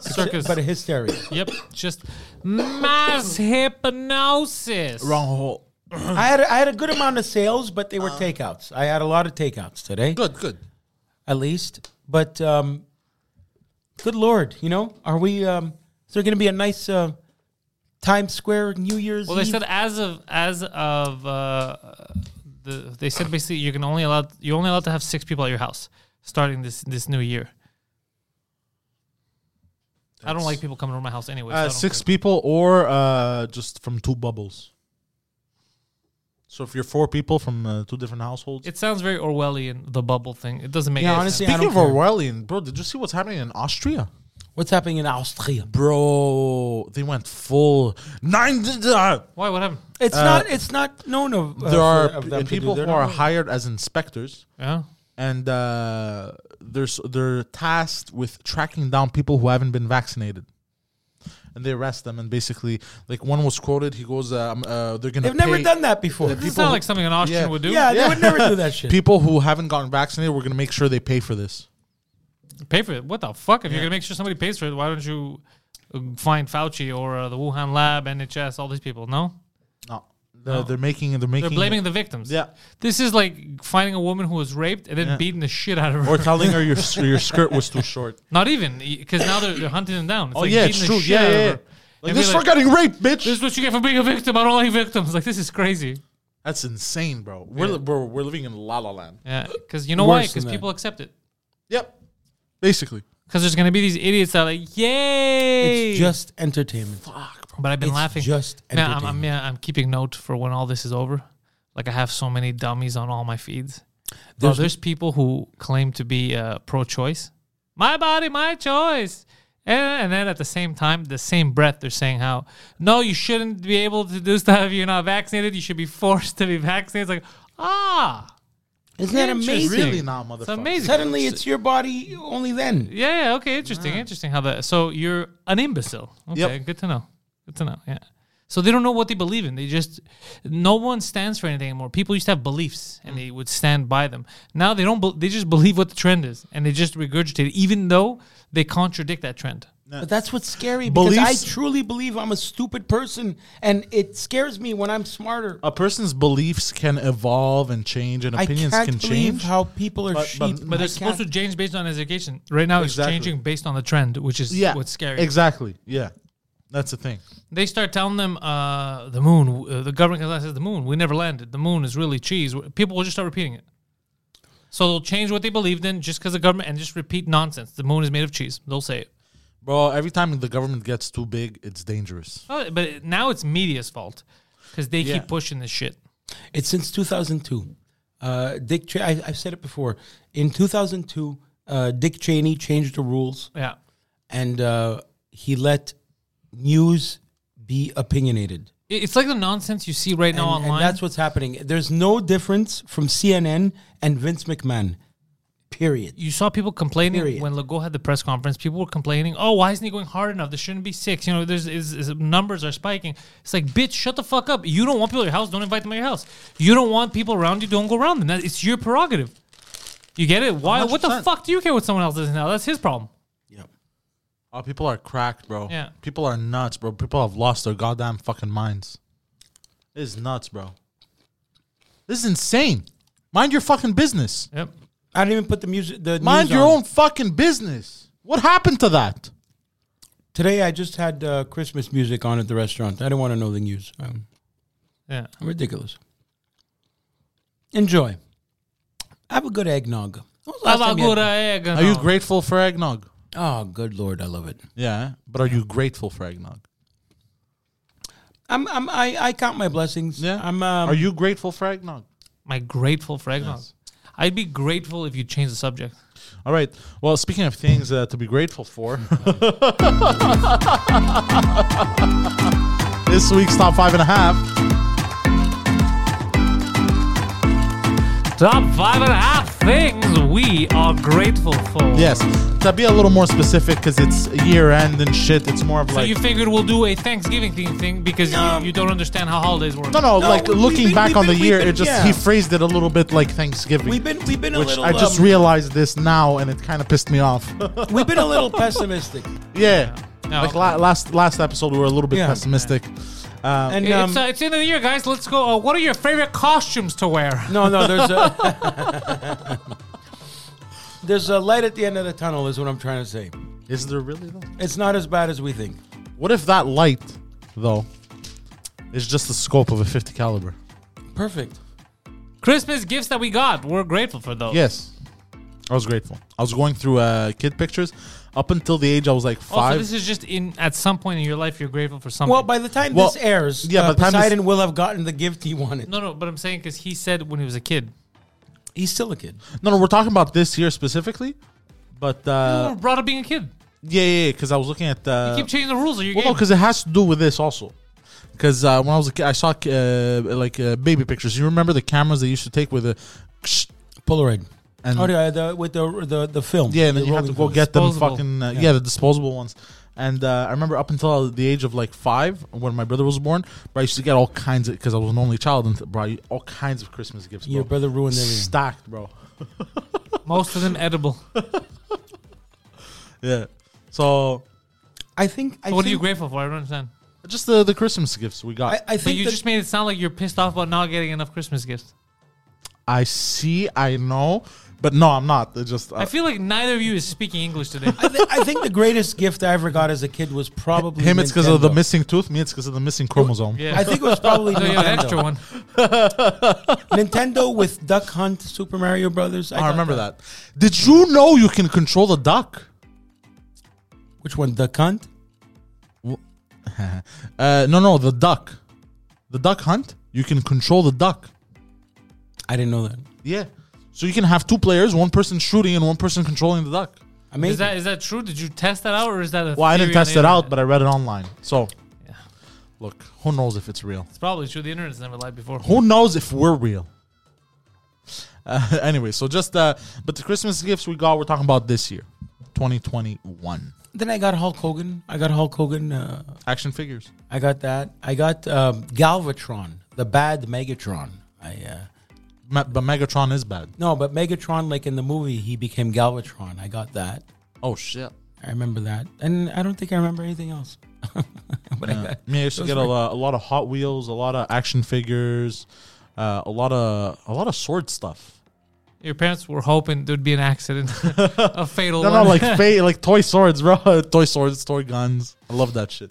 C: Circus.
B: but a hysteria.
C: Yep, just mass hypnosis.
A: wrong hole. Uh.
B: I had a, I had a good amount of sales, but they were takeouts. I had a lot of takeouts today,
A: Good. Good.
B: at least. But um, good lord, you know, are we? Um, is there going to be a nice uh, Times Square New Year's?
C: Well, they
B: Eve?
C: said as of as of uh, the they said basically you can only allow you're only allowed to have six people at your house starting this this new year. I don't like people coming to my house anyway. so I
A: Uh,
C: don't
A: six
C: care.
A: people or uh, just from two bubbles. So if you're four people from uh, two different households.
C: It sounds very Orwellian, the bubble thing. It doesn't make
B: Yeah,
C: any
B: honestly,
C: sense.
B: I
A: Speaking
B: don't
A: of
B: care.
A: Orwellian, bro, did you see what's happening in Austria?
B: what's happening in Austria?
A: Bro, they went full nine. uh,
C: Why? What happened?
B: It's not. It's not known of. uh,
A: there
B: for-
A: are
B: of
A: p-
B: them to do
A: people
B: their
A: who are
B: numbers.
A: hired as inspectors,
C: Yeah.
A: and uh, they're s- they're tasked with tracking down people who haven't been vaccinated, and they arrest them. And basically, like one was quoted, he goes, um, uh, "They're gonna."
B: They've never
A: pay-
B: done that before.
C: This sounds like something an Austrian
A: yeah.
C: would do.
B: yeah, they would never do that shit.
A: people who haven't gotten vaccinated, we're gonna make sure they pay for this.
C: Pay for it. What the fuck? If you're gonna make sure somebody pays for it, why don't you uh, find Fauci or uh, the Wuhan lab, NHS, all these people? No.
A: No, they're, they're making they're making
C: They're blaming the victims.
A: Yeah.
C: This is like finding a woman who was raped and then beating the shit out of her.
A: or telling her your s- your skirt was too short.
C: Not even, because now they're, they're hunting them down. It's
A: Oh
C: like
A: yeah,
C: beating
A: it's
C: the
A: true.
C: shit
A: Yeah,
C: out
A: yeah.
C: of
A: yeah.
C: her.
A: Like
C: And
A: this
C: be
A: is for
C: like,
A: getting raped, bitch.
C: this is what you get for being a victim. I don't like victims. Like, this is crazy.
A: That's insane, bro. We're, li- bro. we're living in la la land.
C: Yeah, because you know why?
B: Worse
C: Because
B: than that.
C: people accept it.
A: Yep. Basically.
C: Because there's gonna be these idiots that are like, yay!
B: It's just entertainment.
C: but I've been
B: it's
C: laughing.
B: just
C: Man, I'm, I'm,
B: entertainment.
C: yeah, I'm keeping note for when all this is over. Like I have so many dummies on all my feeds. Bro,
B: There's-
C: there's, people who claim to be uh, pro-choice. My body, my choice. And, and then at the same time, the same breath, they're saying how no, you shouldn't be able to do stuff if you're not vaccinated. You should be forced to be vaccinated. It's like ah,
B: Isn't that
C: Interesting.
B: amazing?
A: Really now, motherfucker.
C: it's amazing.
B: Suddenly, it's your body only then.
C: Yeah, yeah, okay, interesting, interesting. How that? So you're an imbecile. Okay,
A: Yep.
C: good to know. Good to know. Yeah. So they don't know what they believe in. They just no one stands for anything anymore. People used to have beliefs and they would stand by them. Now they don't. Be, they just believe what the trend is and they just regurgitate, it, even though they contradict that trend.
B: But that's what's scary because
A: Beliefs-
B: I truly believe I'm a stupid person, and it scares me when I'm smarter.
A: A person's beliefs can evolve and change, and opinions
B: I can't
A: can
B: believe
A: change.
B: how people are
A: But- but-
B: sheep.
C: But
B: I
C: they're supposed to
B: can't.
C: change based on education. Right now,
A: Exactly.
C: it's changing based on the trend, which is
A: yeah,
C: what's scary.
A: Exactly. Yeah, that's the thing.
C: they start telling them uh, the moon. Uh, the government comes out and says the moon. We never landed. The moon is really cheese. People will just start repeating it. So they'll change what they believed in just because the government and just repeat nonsense. The moon is made of cheese. They'll say it.
A: Bro, every time the government gets too big, it's dangerous.
C: Oh, But now it's media's fault because they keep pushing this shit.
B: It's since 2002. Uh, Dick, Ch- I, I've said it before. In 2002, uh, Dick Cheney changed the rules,
C: Yeah.
B: and uh, he let news be opinionated.
C: It- It's like the nonsense you see right now
B: and, and
C: online.
B: that's what's happening. There's no difference from CNN and Vince McMahon. Period.
C: you saw people complaining
B: Period.
C: when Legault had the press conference. People were complaining, "Oh, why isn't he going hard enough? There shouldn't be six. You know, there's is, is, numbers are spiking." It's like, bitch, shut the fuck up. You don't want people at your house. Don't invite them at your house. You don't want people around you. Don't go around them. That, it's your prerogative. You get it? Why? What the
A: 100%.
C: fuck do you care what someone else is now? That's his problem.
A: Oh, people are cracked, bro.
C: Yeah.
A: People are nuts, bro. People have lost their goddamn fucking minds. This is nuts, bro. This is insane. Mind your fucking business.
C: Yep.
B: I didn't even put the music. The
A: Mind
B: news
A: your
B: on.
A: own fucking business. What happened to that?
B: Today I just had uh, Christmas music on at the restaurant. I don't want to know the news. Um,
C: Yeah.
B: ridiculous. Enjoy. Have a good eggnog. When was the last time you had-
C: Are
A: Are you grateful for eggnog?
B: Oh, good lord, I love it.
A: Yeah, but are you grateful for eggnog?
B: I'm, I'm I, I count my blessings.
A: Yeah.
B: I'm. Um,
A: are you grateful for eggnog?
C: Am I grateful for eggnog? I'd be grateful if you change the subject.
A: All right. Well, speaking of things uh, to be grateful for, this week's top five and a half.
C: Top five and a half things we are grateful for.
A: Yes, to be a little more specific because it's year end and shit. It's more of
C: So
A: like
C: you figured we'll do a Thanksgiving thing, thing because
B: Um,
C: you, you don't understand how holidays work.
A: no, no, like
B: we-
A: looking
B: we-
A: back
B: we've
A: on the
B: been-
A: year,
B: we've been-
A: it just
B: yeah.
A: he phrased it a little bit like Thanksgiving.
B: we've been we've been a
A: which
B: little.
A: I just
B: um,
A: realized this now, and it kind of pissed me off.
B: we've been a little pessimistic.
A: yeah,
C: No.
A: like la- last last episode, we were a little bit
B: Yeah.
A: pessimistic. Um,
B: And um,
C: It's, uh, it's the end of the year, guys. Let's go. Uh, what are your favorite costumes to wear?
B: No, no, there's a there's a light at the end of the tunnel. Is what I'm trying to say.
A: is there really though?
B: It's not as bad as we think.
A: What if that light, though, is just the scope of a 50 caliber?
B: Perfect.
C: Christmas gifts that we got. We're grateful for those.
A: Yes. Oh. I was grateful. I was going through uh, kid pictures up until the age I was like
C: Also,
A: five.
C: Oh, this is just in at some point in your life you're grateful for something.
B: Well, by the time
A: Well,
B: this airs,
A: yeah, by
B: yeah, uh,
A: the time this-
B: Poseidon will have gotten the gift he wanted.
C: no, no, but I'm saying because he said when he was a kid.
B: He's still a kid.
A: no, no, we're talking about this year specifically. But
C: we
A: uh,
C: were brought up being a kid.
A: yeah, yeah, because I was looking at. Uh,
C: Keep changing the rules of your
A: well, no,
C: game.
A: because it has to do with this also. Because uh, when I was a kid, I saw uh, like uh, baby pictures. You remember the cameras they used to take with the.
B: Polaroid.
A: And-
B: oh, yeah, the, with the the the film.
A: Yeah, and then you have to go get them
C: Disposable.
A: fucking uh, yeah. the disposable ones. And uh, I remember up until the age of like five, when my brother was born, bro, I used to get all kinds of because I was an only child, and bro, I- all kinds of Christmas gifts. Bro.
B: Your brother ruined everything.
A: stacked, bro.
C: Most of them edible.
A: Yeah. So
B: I think. I
C: what are
B: think,
C: you grateful for? I don't understand.
A: just the the Christmas gifts we got. I,
B: I, I
C: But
B: think
C: you
B: that-
C: just made it sound like you're pissed off about not getting enough Christmas gifts.
A: see, I know, but no, I'm not. It's just uh,
C: I feel like neither of you is speaking English today.
B: I, thi- I think the greatest gift I ever got as a kid was probably
A: him. It's because of the
B: Nintendo.
A: missing tooth. Me, it's because of the missing chromosome.
C: Yeah.
B: I think it was probably
C: so you
B: Nintendo.
C: have an extra one.
B: Nintendo with Duck Hunt, Super Mario Brothers.
A: I
B: got
A: remember that. Did you know you can control the duck?
B: Which one? The cunt?
A: Uh, no, no, the duck, the duck hunt. You can control the duck.
B: I didn't know that.
A: Yeah. So you can have two players, one person shooting and one person controlling the duck.
B: Amazing.
C: Is that is that true? Did you test that out, or is that a
A: Well, I didn't
C: theory on
A: test
C: the
A: it out,
C: internet?
A: but I read it online. So, look, who knows if it's real?
C: it's probably true. The internet's never lied before.
A: Who knows if we're real? Uh, anyway, so just uh, but the Christmas gifts we got, we're talking about this year, 2021
B: then I got Hulk Hogan. I got Hulk Hogan. Uh,
A: action figures.
B: I got that. I got um, Galvatron, the bad Megatron. I uh,
A: Ma- but Megatron is bad.
B: no, but Megatron, like in the movie, he became Galvatron. I got that.
A: Oh shit!
B: I remember that, and I don't think I remember anything else. but I got,
A: I mean, I used to
B: those
A: get a
B: were-
A: lot, a lot of Hot Wheels, a lot of action figures, uh, a lot of a lot of sword stuff.
C: Your parents were hoping there'd be an accident, a fatal
A: No,
C: one.
A: no, like fa- like toy swords, bro. toy swords, toy guns. I love that shit.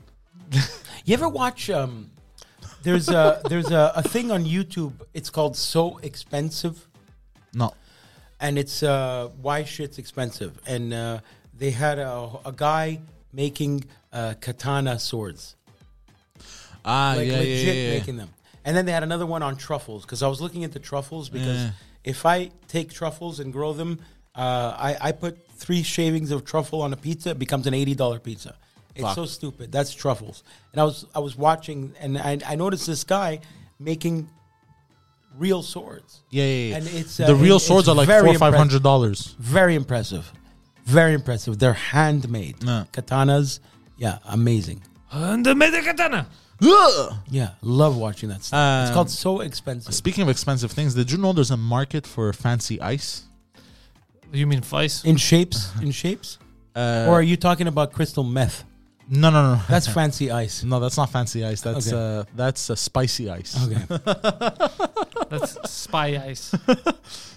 B: You ever watch? Um, there's a there's a, a thing on YouTube. It's called So Expensive,
A: No,
B: and it's uh, why shit's expensive. And uh, they had a, a guy making uh, katana swords.
A: ah,
B: like legit making them. And then they had another one on truffles because I was looking into truffles because
A: Yeah.
B: if I take truffles and grow them, uh, I, I put three shavings of truffle on a pizza, it becomes an eighty dollar pizza. It's
A: Fuck.
B: so stupid. That's truffles. And I was I was watching and I, I noticed this guy making real swords.
A: Yeah, yeah, yeah.
B: And it's, uh,
A: the real
B: it's
A: swords are like
B: very
A: four or five
B: impressive.
A: hundred dollars.
B: Very impressive. Very impressive. They're handmade.
A: Yeah.
B: Katanas. Yeah, amazing.
C: And the Mega katana.
B: Yeah, love watching that stuff. it's
A: Um,
B: called So Expensive.
A: Speaking of expensive things, did you know there's a market for fancy ice?
C: You mean vice?
B: In shapes, in shapes,
A: Uh,
B: or are you talking about crystal meth?
A: no, no, no.
B: That's fancy ice.
A: no, that's not fancy ice. That's
B: Okay.
A: uh, that's uh, spicy ice.
B: Okay,
C: That's spy ice.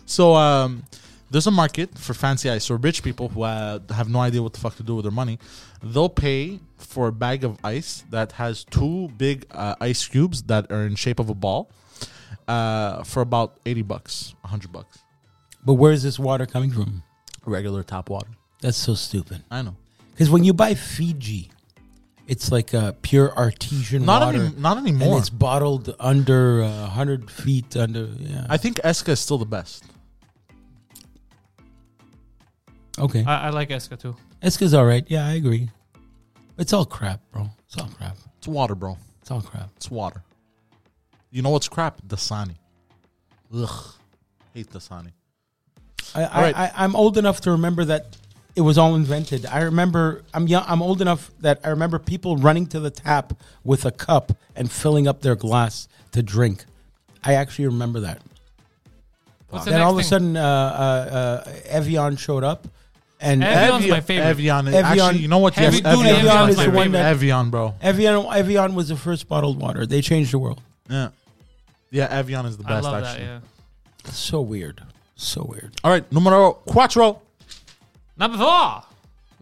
A: So um, there's a market for fancy ice. So rich people who uh, have no idea what the fuck to do with their money, they'll pay for a bag of ice that has two big uh, ice cubes that are in shape of a ball uh, for about eighty bucks, hundred bucks,
B: but where is this water coming from?
A: regular tap water.
B: That's so stupid.
A: I know.
B: Because when you buy Fiji, it's like a pure artesian
A: Not
B: water.
A: any, not
B: and
A: anymore.
B: it's bottled under uh, hundred feet under. Yeah.
A: I think Eska is still the best.
B: okay.
C: I, I like Eska too.
B: Eska's all right. Yeah, I agree. It's all crap, bro. It's all crap.
A: It's water, bro.
B: It's all crap.
A: It's water. You know what's crap? Dasani. Ugh. Hate Dasani.
B: I,
A: All right.
B: I, I, I'm old enough to remember that it was all invented. I remember I'm young. I'm old enough that I remember people running to the tap with a cup and filling up their glass to drink. I actually remember that.
C: What's the
B: then
C: next
B: all of a
C: thing?
B: sudden, uh, uh, uh, Evian showed up, and
C: Evian- Evian's
A: Evian-
C: my favorite.
A: Evian, is-
B: Evian-
A: Actually, you know what?
C: Heavy
A: Yes,
C: duty
A: Evian,
C: Evian
A: Evian
C: is the one
B: that-
A: Evian, bro.
B: Evian Evian was the first bottled water. They changed the world.
A: Yeah. Yeah, Evian is the
C: I
A: best,
C: love
A: actually.
C: that. Yeah.
B: So weird. So weird.
A: All right, numero cuatro.
C: Number four,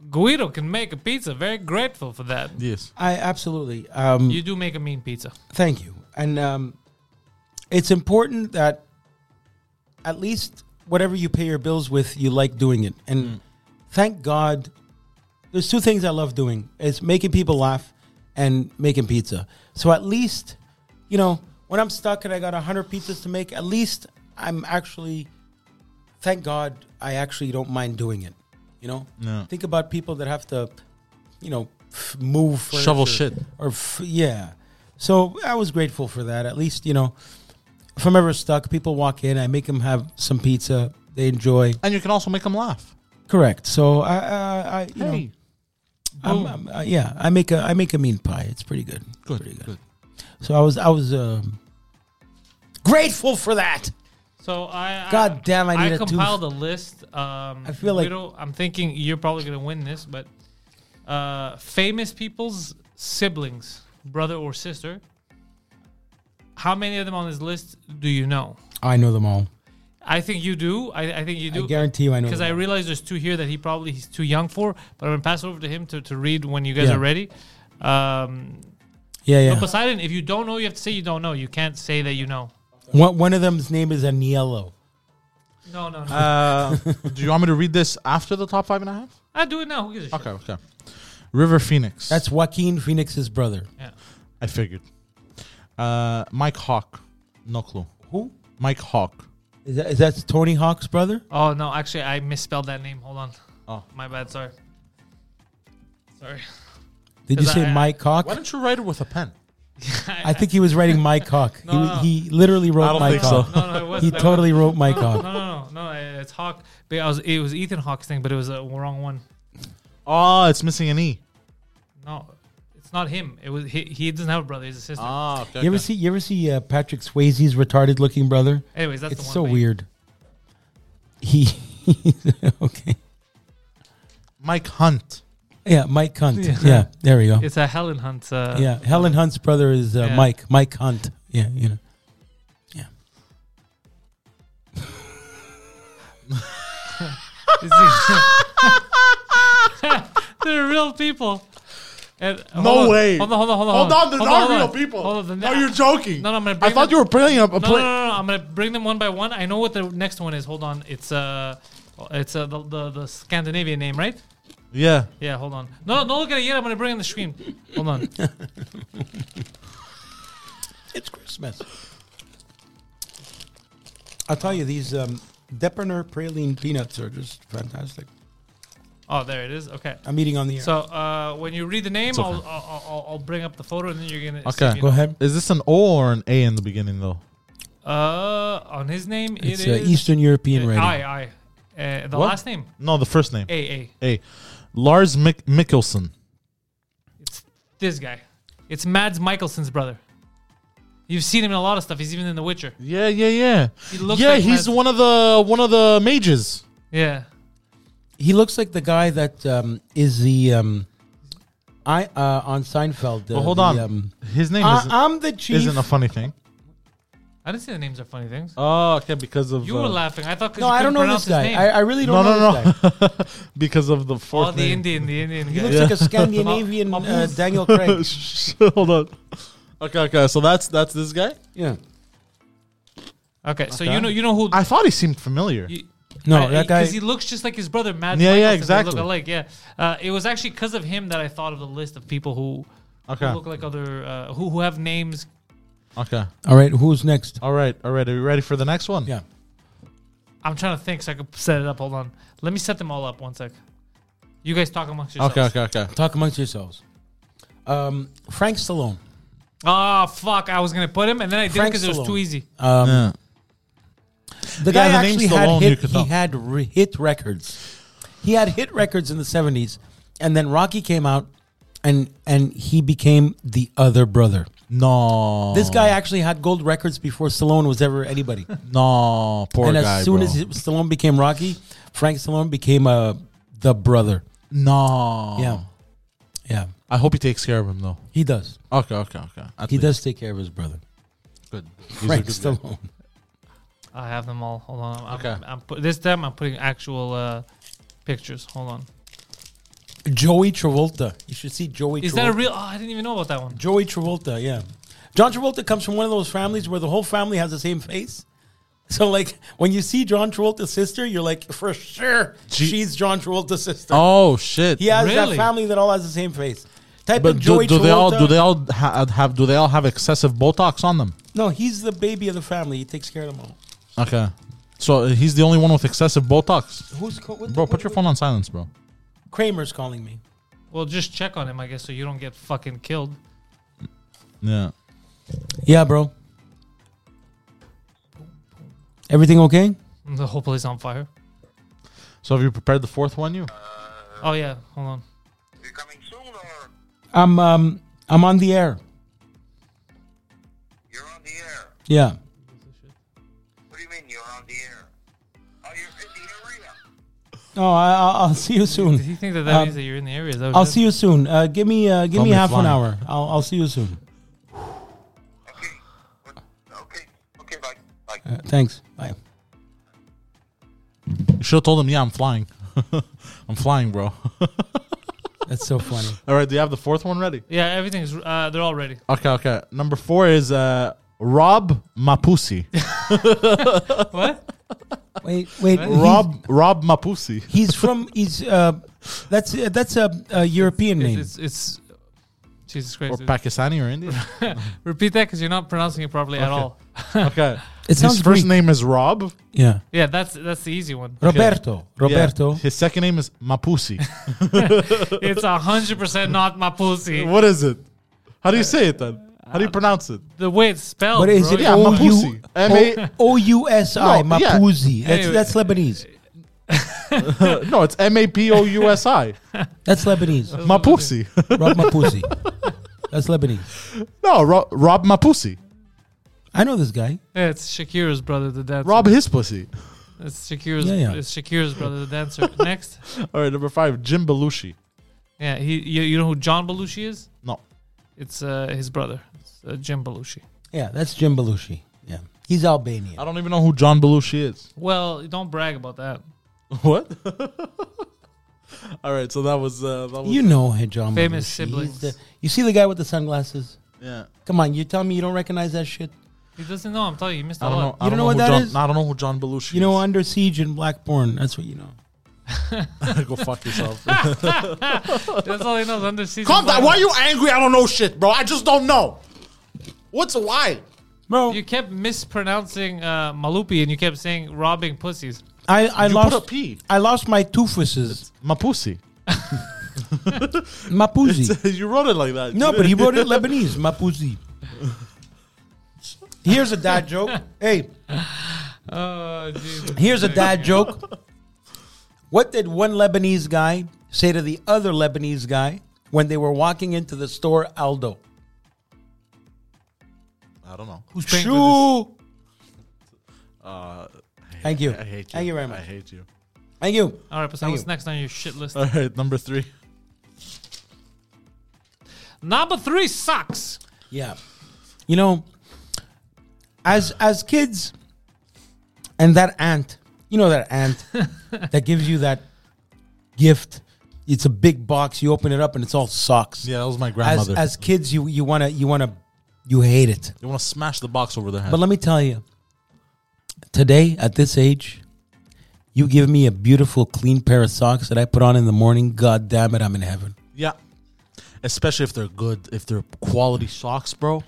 C: Guido can make a pizza. Very grateful for that.
A: Yes.
B: I absolutely. Um,
C: You do make a mean pizza.
B: Thank you. And um, it's important that at least whatever you pay your bills with, you like doing it. And thank God, there's two things I love doing: it's making people laugh and making pizza. So at least, you know, when I'm stuck and I got hundred pizzas to make, at least I'm actually, thank God, I actually don't mind doing it. You know,
A: Yeah.
B: think about people that have to, you know, f- move
A: Shovel
B: furniture
A: shit.
B: or f- yeah. So I was grateful for that. At least you know, if I'm ever stuck, people walk in. I make them have some pizza. They enjoy.
A: And you can also make them laugh.
B: Correct. So I, I, I you
A: Hey.
B: know, I'm, I'm, uh, yeah, I make a I make a mean pie. It's pretty good. It's
A: Good,
B: pretty
A: good.
B: So I was I was um, grateful for that.
C: So I. I-
B: God damn, I need a tooth.
C: compiled a list. Um,
B: I feel like-
C: Guido, I'm thinking you're probably gonna win this, but uh, famous people's siblings, brother or sister. How many of them on this list do you know?
B: I know them all.
C: I think you do. I, I think you do.
B: I guarantee you, I know.
C: because
B: them
C: I
B: all.
C: realize there's two here that he probably he's too young for. But I'm gonna pass it over to him to, to read when you guys
B: Yeah.
C: are ready. Um,
B: yeah, yeah.
C: But Poseidon, if you don't know, you have to say you don't know. You can't say that you know.
B: one, one of them's name is Aniello.
C: No, no, no.
A: Uh, do you want me to read this after the top five and a half?
C: I do it now. Who gives a shit?
A: Okay, okay. River Phoenix.
B: That's Joaquin Phoenix's brother.
A: I figured. Uh, Mike Hawk. No clue.
B: Who?
A: Mike Hawk.
B: Is that, is that Tony Hawk's brother?
C: Oh no, actually I misspelled that name. Hold on.
A: Oh.
C: My bad, sorry. Sorry.
B: Did you
C: Is
B: say
C: that-
B: Mike Hawk?
A: Why don't you write it with a pen?
B: I think he was writing Mike Hawk.
C: No, no, no.
B: he, he literally wrote
A: I don't
B: Mike
A: think
B: Hawk.
A: so.
C: No, no, it wasn't.
B: He
C: that
B: totally wrote Mike
C: no, no,
B: Hawk.
C: no, no, no, no, it's Hawk. But I was, it was Ethan Hawk's thing, but it was a wrong one.
A: Oh, it's missing an E.
C: No, it's not him. It was he. He doesn't have a brother. He's a sister.
A: Ah, okay.
B: You ever
A: okay.
B: see you ever see uh, Patrick Swayze's retarded looking brother?
C: Anyways, that's the
B: it's
C: one
B: so
C: thing.
B: weird. He okay.
A: Mike Hunt.
B: Yeah, Mike Hunt.
C: Yeah.
B: Yeah, there we go.
C: It's a Helen Hunt. Uh,
B: yeah, Helen Hunt's brother is uh,
C: Yeah.
B: Mike. Mike Hunt. Yeah, you know.
C: they're real people. And-
A: No
C: hold on,
A: way.
C: Hold on, hold on, hold on.
A: Hold on, they're
C: hold
A: not
C: hold
A: real
C: on.
A: people.
C: Hold on,
A: No, you're joking.
C: No, no, I'm gonna
A: I
C: bring
A: thought
C: them-
A: you were playing a, a
C: No, no,
A: play.
C: no, no, no, I'm gonna bring them one by one. I know what the next one is. Hold on. It's uh, it's uh, the, the the Scandinavian name, right?
A: Yeah.
C: Yeah. Hold on. No, no, don't look at it yet. I'm gonna bring in the screen. Hold on.
B: It's Christmas. I'll tell you, these um, Depener praline peanuts are just fantastic.
C: Oh, there it is. Okay.
B: I'm eating on the air.
C: So uh, when you read the name,
A: okay.
C: I'll, I'll, I'll I'll bring up the photo and then you're gonna.
A: Okay.
C: you
B: go
C: know.
B: ahead.
A: Is this an O or an A in the beginning though?
C: Uh, on his name
B: It's
C: it
B: uh,
C: is
B: Eastern European
C: Uh,
B: writing.
C: Aye, aye. Uh, the
A: What?
C: last name
A: No, the first name.
C: A A.
A: A. Lars Mik- Mikkelsen.
C: It's this guy. It's Mads Mikkelsen's brother. You've seen him in a lot of stuff. He's even in The Witcher.
A: Yeah, yeah, yeah.
C: He looks
A: yeah,
C: like
A: he's
C: Mads-
A: one of the one of the mages.
C: Yeah.
B: He looks like the guy that um, is the um, I uh, on Seinfeld. Uh,
A: But hold
B: the,
A: on.
B: um,
A: His name
B: I,
A: isn't,
B: I'm the chief.
A: isn't a funny thing.
C: I didn't say the names are funny things.
A: Oh, okay, because of
C: you were laughing. I thought 'cause
B: uh, no,
C: you
B: I don't
C: couldn't
B: know this
C: pronounce his
B: guy.
C: name.
B: I, I really
A: No,
B: don't
A: no,
B: know this
A: no.
B: guy.
A: because of the
C: oh,
A: fourth
C: the
A: name.
C: Indian, the Indian
B: He
C: guy.
B: looks like a Scandinavian
C: Mabuse.
B: uh, Daniel Craig.
A: hold on. Okay, okay. So that's that's this guy.
B: Yeah.
C: Okay, so
A: Okay.
C: you know, you know who.
A: I thought he seemed familiar.
C: you-
B: No,
C: I-
B: that guy.
C: he looks just like his brother Mads.
A: Yeah,
C: Mikkelsen.
A: yeah,
C: They
A: exactly.
C: look alike. Yeah, uh, it was actually because of him that I thought of the list of people who,
A: Okay.
C: who look like other uh, who who have names.
A: Okay.
B: All right, who's next?
A: All right. All right. Are you ready for the next one?
B: Yeah.
C: I'm trying to think so I could set it up. Hold on, let me set them all up. One sec. You guys talk amongst yourselves.
A: Okay. Okay. Okay.
B: Talk amongst yourselves. Um, Frank Stallone.
C: Oh fuck! I was gonna put him, and then I didn't
B: Frank
C: because it was
B: Stallone.
C: too easy.
B: Um,
A: Yeah. Yeah,
B: The guy
A: the name
B: actually
A: Stallone,
B: had
A: you
B: hit,
A: could
B: he
A: tell.
B: had re- hit records. He had hit records in the seventies, and then Rocky came out, and and he became the other brother.
A: No.
B: This guy actually had gold records before Stallone was ever anybody.
A: No. Poor
B: and as
A: guy.
B: soon
A: bro.
B: as it- Stallone became Rocky, Frank Stallone became uh, the brother.
A: No.
C: Oh.
B: Yeah, yeah,
A: I hope he takes care of him though.
B: he does.
A: Okay. Okay. Okay. At
B: He
A: least.
B: does take care of his brother,
A: Good. He's a
B: Frank
A: good guy.
B: Stallone.
C: I have them all. Hold on. I'm,
A: Okay.
C: I'm, I'm put, this time I'm putting actual uh, pictures. Hold on.
B: Joey Travolta. You should see Joey.
C: Is
B: Travolta.
C: that a real? Oh, I didn't even know about that one.
B: Joey Travolta, yeah. John Travolta comes from one of those families where the whole family has the same face. So, like, when you see John Travolta's sister, you're like, for sure,
A: Gee-
B: she's John Travolta's sister.
A: Oh shit.
B: he has that
C: really?
B: family that all has the same face. Type
A: But
B: in
A: do,
B: Joey
A: do
B: Travolta.
A: they all do they all ha- have do they all have excessive Botox on them?
B: No, he's the baby of the family. He takes care of them all.
A: Okay. So uh, he's the only one with excessive Botox.
B: Who's co- what the-
A: Bro,
B: what-
A: put your phone on silence, bro.
B: Kramer's calling me.
C: Well, just check on him, I guess, so you don't get fucking killed.
A: Yeah.
B: Yeah, bro. Everything okay?
C: The whole place on fire.
A: So have you prepared the fourth one, you?
C: Oh yeah. Hold on.
E: You coming soon or
B: I'm um I'm on the air.
E: you're on the air?
B: Yeah.
E: What do you mean you're on the air? Oh, you're in the area.
B: No, I, I'll, I'll see you soon.
C: Did he think that that
B: Um,
C: means that you're in the area? Is that what
B: I'll
C: he
B: see you soon. Uh, give me uh, give
A: Call
B: me
A: me
B: half an
A: flying.
B: hour. I'll, I'll see you soon.
E: Okay. What- Okay. Okay. Bye. Bye.
B: Uh, thanks. Bye.
A: You should have told him, yeah, I'm flying. I'm flying, bro.
B: That's so funny.
A: All right, do you have the fourth one ready?
C: said? Yeah, everything's. Uh, they're all ready.
A: Okay, okay. Number four is uh, Rob Mapusi.
C: what?
B: Wait, wait,
A: Rob Rob Mapusi.
B: He's, he's from. He's uh, that's uh, that's a, a European name.
C: It's, it's, it's Jesus
A: Or
C: Christ.
A: Pakistani or Indian.
C: Repeat that because you're not pronouncing it properly at all.
A: Okay.
B: It sounds
A: His first
B: Greek.
A: name is Rob.
B: yeah,
C: Yeah, that's that's the easy one.
B: Roberto. Roberto.
A: Yeah. His second name is Mapusi.
C: It's hundred percent not Mapusi.
A: what is it? How do you say it then? How do you pronounce it?
C: The way it's spelled.
B: But is
C: bro.
B: it
A: Yeah,
B: O U
A: Mapusi. M-A-
B: O U S I
A: No, yeah.
B: Mapuzi? That's
C: Anyway.
B: that's Lebanese.
A: Uh, no, it's M A P O U S I.
B: That's Lebanese.
A: Mapusi.
B: Rob Mapuzi. That's Lebanese.
A: no, Ro- Rob Mapusi.
B: I know this guy.
C: Yeah, it's Shakira's brother, the dancer.
A: Rob his pussy.
C: It's Shakira's.
B: Yeah, yeah.
C: It's Shakira's brother, the dancer. Next.
A: All right, number five, Jim Belushi.
C: Yeah, he. You, you know who John Belushi is?
A: No.
C: It's uh, his brother, it's, uh, Jim Belushi.
B: Yeah, that's Jim Belushi. Yeah, he's Albanian.
A: I don't even know who John Belushi is.
C: Well, don't brag about that.
A: What? All right, so that was uh, that was
B: You know him, John.
C: Famous
B: Belushi.
C: siblings.
B: He's the- you see the guy with the sunglasses?
A: yeah.
B: Come on, you tell me you don't recognize that shit.
C: He doesn't know. I'm telling you, he missed a
A: I don't know.
C: lot.
A: I
B: You
A: don't
B: don't know what
A: who
B: that
A: John,
B: is?
A: I don't know who John Belushi.
B: You know,
A: is.
B: Under Siege and Blackborn. That's what you know.
A: go fuck yourself.
C: That's all he knows. Under season.
A: Calm down. Why are you angry? I don't know shit, bro. I just don't know. What's why?
B: Bro,
C: You kept mispronouncing uh, Malupi, and you kept saying robbing pussies.
B: I, I
A: you
B: lost
A: put a P.
B: I lost my toofuses.
A: Mapusi.
B: Mapuzi.
A: you wrote it like that.
B: No, but he wrote it Lebanese. Mapuzi. Here's a dad joke. Hey,
C: Oh, Jesus.
B: here's a dad joke. What did one Lebanese guy say to the other Lebanese guy when they were walking into the store Aldo?
A: I don't know.
C: Who's paying for
B: Shoo! Uh, Thank you.
A: I hate you.
B: Thank you very much.
A: I hate you.
B: Thank you.
C: this? All right, Poseidon,
B: Thank you.
C: what's next on your shit list?
A: All right, number three.
C: Number three sucks.
B: Yeah. You know, as as kids, and that aunt, you know that aunt that gives you that gift. It's a big box. You open it up and it's all socks.
A: Yeah, that was my
B: As
A: grandmother.
B: as kids, you you wanna you wanna you hate it.
A: you want to smash the box over their head.
B: But let me tell you, today at this age, you give me a beautiful clean pair of socks that I put on in the morning. God damn it, I'm in heaven.
A: Yeah. Especially if they're good, if they're quality socks, bro.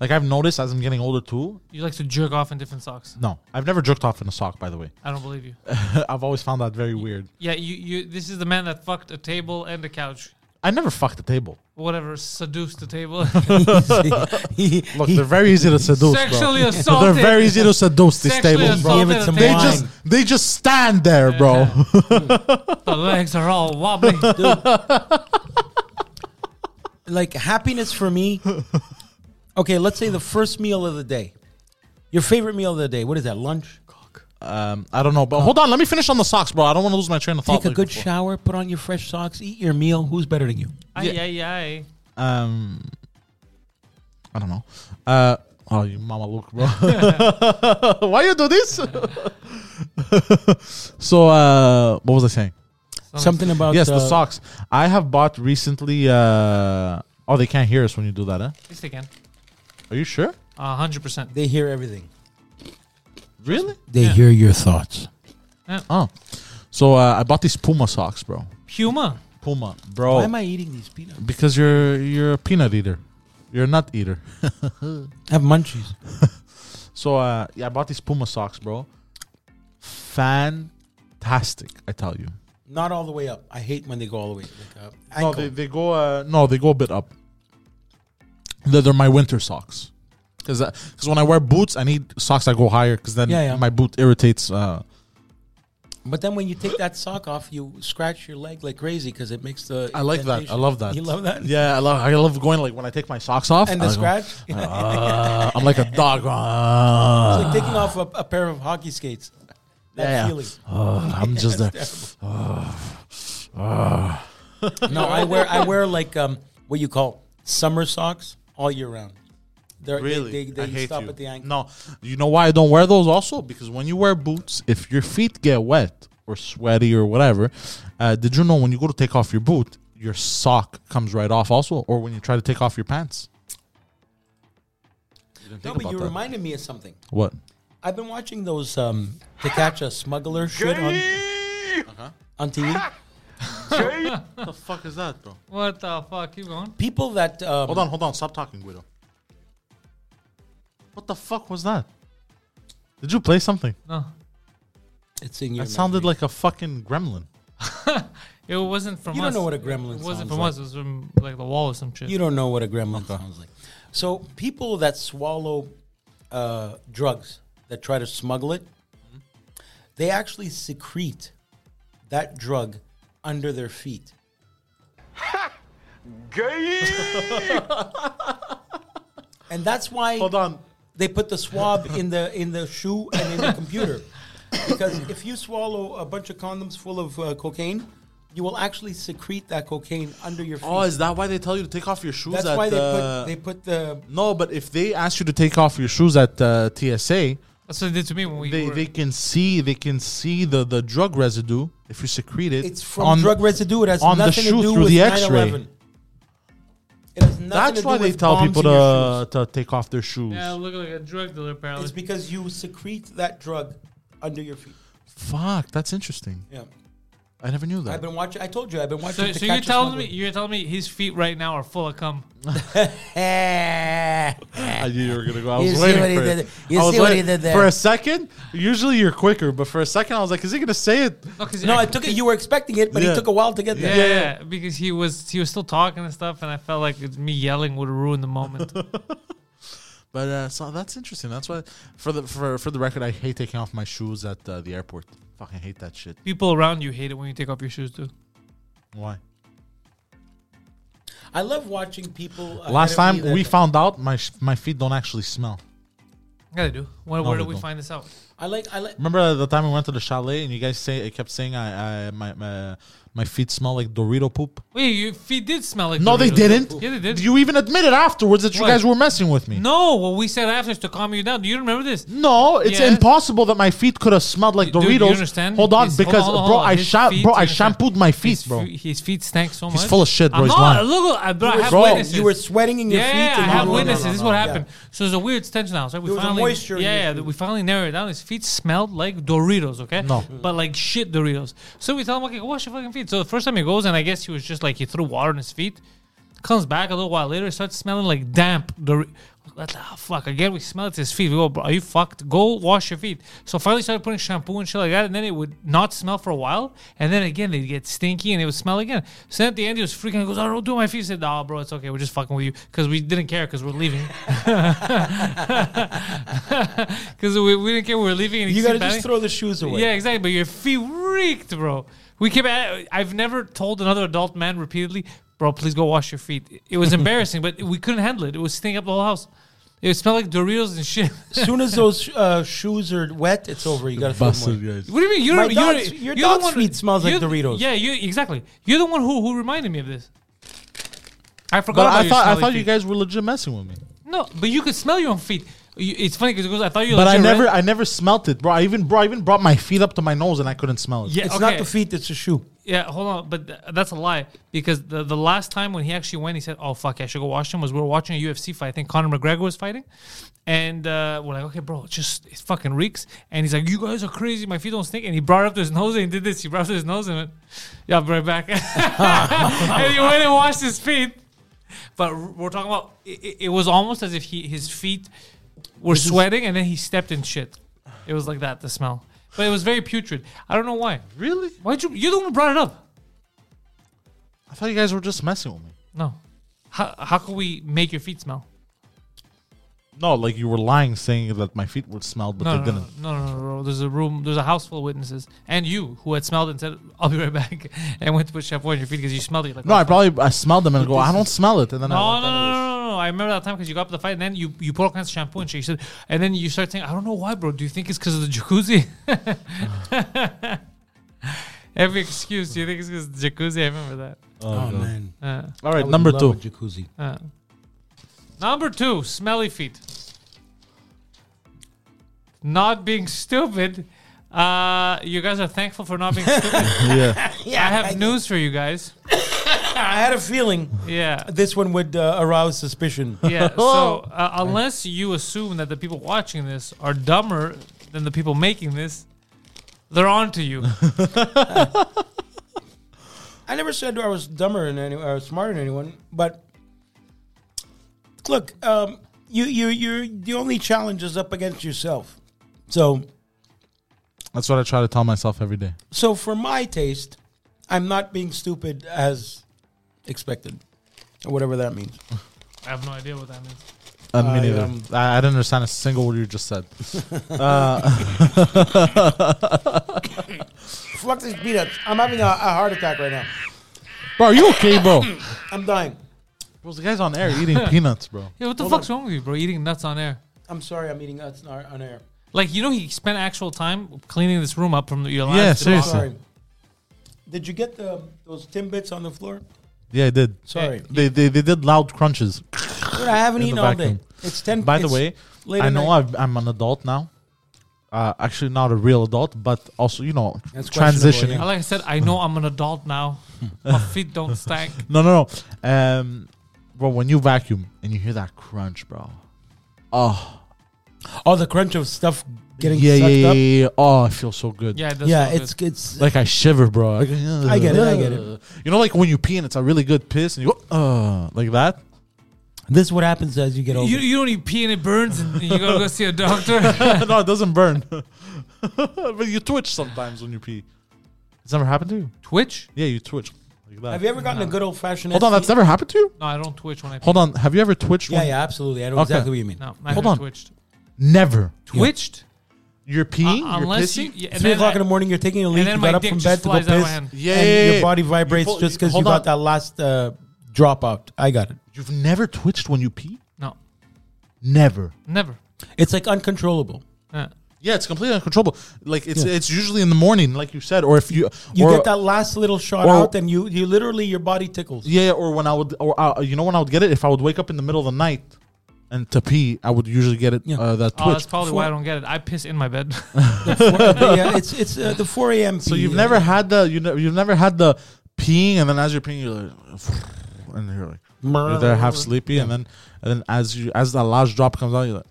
A: Like I've noticed as I'm getting older too.
C: You like to jerk off in different socks.
A: No, I've never jerked off in a sock, by the way.
C: I don't believe you.
A: Uh, I've always found that very weird.
C: Yeah, you, you. This is the man that fucked a table and a couch.
A: I never fucked the table.
C: Whatever, seduced the table.
B: He-
A: Look,
B: he-
A: they're very easy to seduce,
C: Sexually
A: bro.
C: assaulted.
A: They're very easy to seduce these
C: Sexually
A: tables, bro.
C: assaulted
B: Give it some
C: a
A: They
C: table.
A: just they just stand there, bro.
C: the legs are all wobbly.
B: like happiness for me. Okay, let's say the first meal of the day. Your favorite meal of the day. What is that? Lunch.
A: Um, I don't know, but hold on, let me finish on the socks, bro. I don't want to lose my train of thought.
B: Take a
A: like
B: good
A: before.
B: shower. Put on your fresh socks. Eat your meal. Who's better than you?
C: Ay, ay, ay.
A: Um, I don't know. Uh, oh, you mama look, bro. Why you do this? so, uh, what was I saying?
B: Something about
A: yes, the
B: uh,
A: socks. I have bought recently. Uh, oh, they can't hear us when you do that, huh?
C: Yes, they can.
A: Are you sure?
C: A hundred percent.
B: They hear everything.
A: Really?
B: They hear your thoughts.
A: Oh, so uh, I bought these Puma socks, bro.
C: Puma.
A: Puma, bro.
B: Why am I eating these peanuts?
A: because you're you're a peanut eater. You're a nut eater.
B: I have munchies.
A: So uh, yeah, I bought these Puma socks, bro. Fantastic, I tell you.
B: Not all the way up. I hate when they go all the way like, up.
A: No, they, they go. Uh, no, they go a bit up. They're, they're my winter socks, because because when I wear boots, I need socks that go higher, because then
B: Yeah, yeah.
A: my boot irritates. Uh,
B: But then when you take that sock off, you scratch your leg like crazy because it makes the.
A: I like that. I
B: indentation.
A: love that.
B: You love that.
A: Yeah, I love. I love going like when I take my socks off
B: And
A: I
B: the
A: go,
B: scratch.
A: "Ah," I'm like a dog.
B: it's
A: "Ah."
B: like taking off a, a pair of hockey skates. That
A: Yeah, yeah.
B: feeling.
A: Oh, I'm just there.
B: No, I wear I wear like um what you call summer socks all year round. They're, they-
A: Really?
B: They, they,
A: I hate
B: stop
A: you.
B: at the ankle.
A: No, you know why I don't wear those also? Because when you wear boots, if your feet get wet or sweaty or whatever, uh, did you know when you go to take off your boot, your sock comes right off also, or when you try to take off your pants? You didn't
B: No,
A: think
B: but
A: about
B: you
A: that.
B: reminded me of something.
A: what?
B: I've been watching those um, to catch a smuggler shit on, on TV.
A: What the fuck is that, bro?
C: What the fuck? Keep going.
B: People that um,
A: Hold on, hold on. Stop talking, Guido. What the fuck was that? Did you play something?
C: No,
B: it's in your
A: That sounded like a fucking gremlin.
C: it wasn't from
B: You
C: us.
B: don't know what a gremlin
C: It wasn't
B: sounds
C: from
B: like.
C: us. It was from like the wall or some shit.
B: You don't know what a gremlin sounds like. So people that swallow uh, drugs that try to smuggle it, they actually secrete that drug under their feet. And that's why
A: Hold on.
B: they put the swab in the in the shoe and in the computer. Because if you swallow a bunch of condoms full of uh, cocaine, you will actually secrete that cocaine under your feet.
A: Oh, is that why they tell you to take off your shoes?
B: That's
A: at
B: why they
A: the-
B: put they put the
A: No, but if they ask you to take off your shoes at uh, TSA,
C: That's what they did to me when we
A: they,
C: were,
A: they can see they can see the, the drug residue if you secrete it.
B: It's from drug residue. It has
A: on the
B: nothing
A: shoe
B: to do
A: through
B: with
A: the
B: the
A: X-ray.
B: It has nothing to
A: That's
B: do
A: why they
B: with
A: tell
B: bombs
A: people
B: in your
A: to, to take off their shoes.
C: Yeah, I look like a drug dealer apparently.
B: shoes. It's because you secrete that drug under your feet.
A: Fuck, that's interesting.
B: Yeah,
A: I never knew
B: I've
A: that.
B: been watching. I told you I've been watching.
C: so
B: to
C: so you're
B: Catch a
C: telling me
B: Smuggler.
C: you're telling me his feet right now are full of cum.
B: Eh.
A: I knew you were gonna go. I
B: You
A: was
B: see
A: waiting
B: what he
A: for it.
B: did- you
A: I was
B: see what he
A: waiting-
B: did there.
A: For a second, usually you're quicker, but for a second I was like, is he gonna say it?
C: No, 'cause
B: No,
C: I-
B: I took it. You were expecting it, but
A: Yeah.
B: it took a while to get
C: Yeah,
B: there.
C: yeah, yeah, because he was he was still talking and stuff, and I felt like it's me yelling would ruin the moment.
A: But uh, so that's interesting. That's why for the for for the record, I hate taking off my shoes at uh, the airport. Fucking hate that shit.
C: People around you hate it when you take off your shoes too.
A: Why?
B: I love watching people. ahead
A: Last
B: of
A: time
B: me that-
A: we found out my sh- my feet don't actually smell.
C: Yeah, they do. Where, where
A: they
C: did we
A: don't.
C: find this out?
B: I like. I like.
A: Remember the time we went to the chalet and you guys say I kept saying I, I my, my my feet smell like Dorito poop.
C: Wait, your feet did smell like.
A: No, they
C: Doritos.
A: didn't.
C: Yeah, they did.
A: You even admitted afterwards that you
C: What?
A: guys were messing with me.
C: no, what we said after is to calm you down. Do you remember this?
A: No, it's
C: Yeah.
A: impossible that my feet could have smelled like
C: Dude,
A: Doritos.
C: you understand?
A: Hold on,
C: His- hold
A: because
C: on, hold
A: bro,
C: on.
A: I
C: His
A: sha-
C: feet,
A: bro,
C: you
A: I
C: understand?
A: shampooed my feet,
C: his
A: bro.
C: fe- his feet stank so much.
A: He's full of shit, bro.
C: I'm
A: He's
C: not,
A: lying.
C: look, I, bro, I have
B: sweating.
C: witnesses.
B: You were sweating in your
C: yeah,
B: feet.
C: I
B: and
C: have
B: you were-
C: witnesses. This is what
B: Yeah.
C: happened. So there's a weird tension now. So we
B: There was a
C: finally,
B: moisture in
C: yeah,
B: your
C: yeah,
B: food.
C: we finally narrowed it down. His feet smelled like Doritos, okay?
A: No.
C: but like shit Doritos. So we tell him, okay, go wash your fucking feet. So the first time he goes, and I guess he was just like he threw water on his feet. Comes back a little while later, starts smelling like damp Doritos. What the fuck? Again, we smell it to his feet. We go, bro, are you fucked? Go wash your feet. So finally started putting shampoo and shit like that, and then it would not smell for a while. And then again, they'd get stinky and it would smell again. So then at the end, he was freaking out. He goes, I don't do my feet. He said, nah, bro, it's okay. We're just fucking with you. Because we didn't care because we're leaving. Because we, we didn't care we were leaving. And he
B: You
C: kept
B: gotta just
C: adding-
B: throw the shoes away.
C: yeah, exactly. But your feet reeked, bro. We kept. At, I've never told another adult man repeatedly, bro. Please go wash your feet. It was embarrassing, but we couldn't handle it. It was stinking up the whole house. It smelled like Doritos and shit.
B: As soon as those uh, shoes are wet, it's over. You gotta throw them away.
C: what do you mean? You're,
B: My
C: you're,
B: dog's- your
C: you're
B: dog's
C: the one,
B: feet smells like
C: you're the-
B: Doritos.
C: Yeah, you exactly. You're the one who who reminded me of this. I forgot.
A: But
C: about
A: I
C: your
A: thought I
C: smelly
A: thought you
C: feet.
A: guys were legit messing with me.
C: No, but you could smell your own feet. You- It's funny because I thought you.
A: But I
C: legit
A: never
C: ran-
A: I never smelt it, bro. I even bro, I even brought my feet up to my nose and I couldn't smell it.
C: Yeah,
B: It's
C: okay.
B: not the feet; it's the shoe.
C: Yeah, hold on, but th- that's a lie because the the last time when he actually went, he said, "Oh fuck, I should go watch him." Was we were watching a UFC fight? I think Conor McGregor was fighting, and uh, we're like, "Okay, bro, it just it fucking reeks." And he's like, "You guys are crazy. My feet don't stink." And he brought it up to his nose and he did this. He brought it up to his nose and went, "Yeah, I'll be right back." and he went and washed his feet. But r- we're talking about it, it, it was almost as if he his feet were sweating and then he stepped in shit. It was like that the smell, but it was very putrid. I don't know why.
A: Really?
C: Why'd you? You're the one who brought it up.
A: I thought you guys were just messing with me.
C: No. How, how can we make your feet smell?
A: No, like you were lying saying that my feet would smell, but
C: No,
A: they
C: no, no,
A: didn't.
C: no, no, no, no. There's a room, there's a house full of witnesses, and you who had smelled and said, "I'll be right back," and went to put shampoo on your feet because you smelled it. Like,
A: No,
C: oh,
A: I
C: fuck.
A: probably I smelled them and go, I don't smell it, and then I
C: no, no,
A: walked
C: no,
A: out of
C: no,
A: it.
C: no, no. I remember that time because you got up to the fight, and then you you put all kinds of shampoo and shit. You said, and then you start saying, "I don't know why, bro. Do you think it's because of the jacuzzi?"
A: Uh.
C: Every excuse, do you think it's because the jacuzzi? I remember
B: Oh, man!
C: that. Uh,
A: All right, number two.
B: jacuzzi.
C: uh. Number two, smelly feet. Not being stupid. Uh, you guys are thankful for not being stupid.
A: yeah,
C: I have news for you guys.
B: I had a feeling
C: Yeah.
B: this one would uh, arouse suspicion.
C: Yeah. So, uh, unless you assume that the people watching this are dumber than the people making this, they're on to you.
B: I never said I was dumber than anyone, or smarter than anyone. But look, um, you you you the only challenge is up against yourself. So
A: That's what I try to tell myself every day.
B: so for my taste, I'm not being stupid as expected, or whatever that means.
C: I have no idea what that means.
A: Uh, me
B: I,
A: neither.
B: um,
A: I, I didn't understand a single word you just said.
B: Fuck these peanuts! I'm having a, a heart attack right now.
A: bro, are you okay, bro?
B: I'm dying.
A: bro, the guy's on air eating peanuts, bro.
C: Yeah, what the fuck's wrong with you, bro? Eating nuts on air.
B: I'm sorry. I'm eating nuts on on air.
C: Like you know, he spent actual time cleaning this room up from the, your last.
A: Yeah,
C: to the bottom.
A: seriously.
B: Sorry. Did you get the those Timbits on the floor?
A: Yeah, I did.
B: Sorry,
A: They, they they did loud crunches.
B: Dude, I haven't
A: In the
B: eaten all day.
A: vacuum.
B: It's ten.
A: By the
B: it's
A: way,
B: late
A: I
B: at
A: know
B: night.
A: I've, I'm an adult now. Uh, actually, not a real adult, but also you know
B: That's questionable,
A: transitioning.
B: yeah.
C: Like I said, I know I'm an adult now. My feet don't stank.
A: No, no, no. Um, bro, when you vacuum and you hear that crunch, bro. Oh,
B: Oh, the crunch of stuff getting
A: yeah, yeah,
B: sucked
A: yeah,
B: up. Yeah,
A: yeah. Oh, it feels so good.
C: Yeah, it does smell good.
B: it's it's
A: Like I shiver, bro. I
B: get it, I get it.
A: You know, like when you pee and it's a really good piss, and you go, uh, like that.
B: this. Is what happens as you get older.
C: You, you don't even pee and it burns, and you gotta go see a doctor.
A: no, it doesn't burn, but you twitch sometimes when you pee. It's never happened to you.
C: Twitch?
A: Yeah, you twitch like that.
B: Have you ever gotten a good old fashioned?
A: Hold on, that's never happened to you.
C: No, I don't twitch when I. Pee.
A: Hold on, have you ever twitched?
B: Yeah,
A: when-
B: yeah, absolutely. I know
A: Okay.
B: exactly what you mean.
C: No, I
A: Hold
C: Hold
A: on.
C: on. Twitched.
A: Never.
C: Twitched?
A: You're peeing.
C: Uh,
A: you're
C: unless you,
A: pissing?
C: yeah, and
B: Three
C: then
B: o'clock
C: I-
B: in the morning, you're taking a leak.
C: and then
B: You
C: my
B: got up
C: dick
B: from bed
C: just
B: to go
C: flies out of my
B: piss.
C: hand.
A: Yeah,
B: and
A: yeah, yeah, yeah.
B: your body
A: You
B: vibrates
A: pull-
B: just because you
A: hold
B: got
A: on.
B: that last uh, drop out. I got it.
A: You've never twitched when you pee.
C: No,
A: Never.
C: never.
B: It's like uncontrollable.
C: Uh,
A: Yeah, it's completely uncontrollable. Like it's it's usually in the morning, like you said, or if you
B: You
A: or,
B: get that last little shot
A: or-
B: out, and you you literally your body tickles.
A: Yeah, yeah, or when I would, or uh, you know, when I would get it, if I would wake up in the middle of the night and to pee, I would usually get it.
B: Yeah.
A: Uh, that twitch.
C: oh, that's probably why I don't get it. I piss in my bed.
B: yeah, it's it's uh, the four a.m.
A: so you've never had the you ne- you've never had the peeing, and then as you're peeing, you're like, and you're like you're there half sleepy, and then and then as you as that last drop comes out, you're like,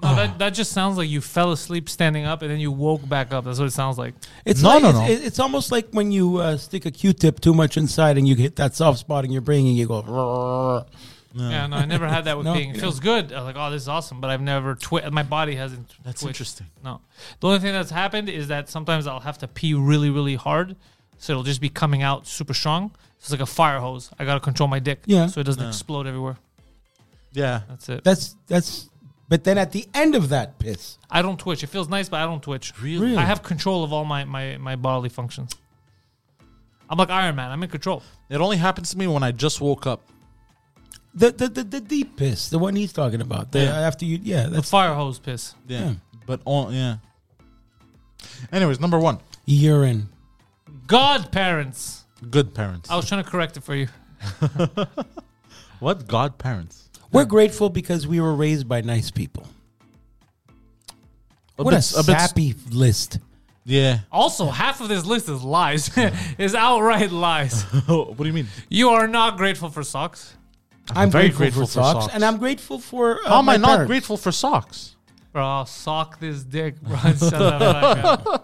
C: no, that, that just sounds like you fell asleep standing up and then you woke back up. That's what it sounds like.
B: It's
A: No,
B: like,
A: no,
B: it's,
A: no.
B: it- It's almost like when you uh, stick a Q-tip too much inside and you hit that soft spot in your brain and you go. "Rrrr."
C: Yeah, no, I never had that with
B: No,
C: being. It
B: no.
C: feels good. I'm like, oh, this is awesome, but I've never twit. My body hasn't.
A: That's
C: twitched.
A: interesting.
C: No, the only thing that's happened is that sometimes I'll have to pee really, really hard, so it'll just be coming out super strong. It's like a fire hose. I gotta control my dick,
B: Yeah.
C: so it doesn't explode everywhere.
A: yeah,
C: That's it.
B: That's that's. But then at the end of that piss,
C: I don't twitch. It feels nice, but I don't twitch.
A: Really?
C: I have control of all my my my bodily functions. I'm like Iron Man. I'm in control.
A: it only happens to me when I just woke up.
B: the the the, the deep piss, the one he's talking about, the,
A: Yeah.
B: after you, yeah,
C: The
B: that's
C: fire hose piss.
A: Yeah, but all yeah. Anyways, number one,
B: urine.
C: Godparents.
A: good parents.
C: I was trying to correct it for you.
A: What god parents?
B: We're grateful because we were raised by nice people. what
A: bit-
B: a,
A: a bit s-
B: sappy list.
A: Yeah.
C: Also, half of this list is lies. is outright lies.
A: what do you mean?
C: You are not grateful for socks.
B: I'm
A: very
B: grateful,
A: grateful
B: for,
A: for
B: socks,
A: socks.
B: and I'm grateful for. Uh,
A: How am
B: my
A: I not
B: parents.
A: grateful for socks?
C: Bro, I'll sock this dick, bro. Shut up, man.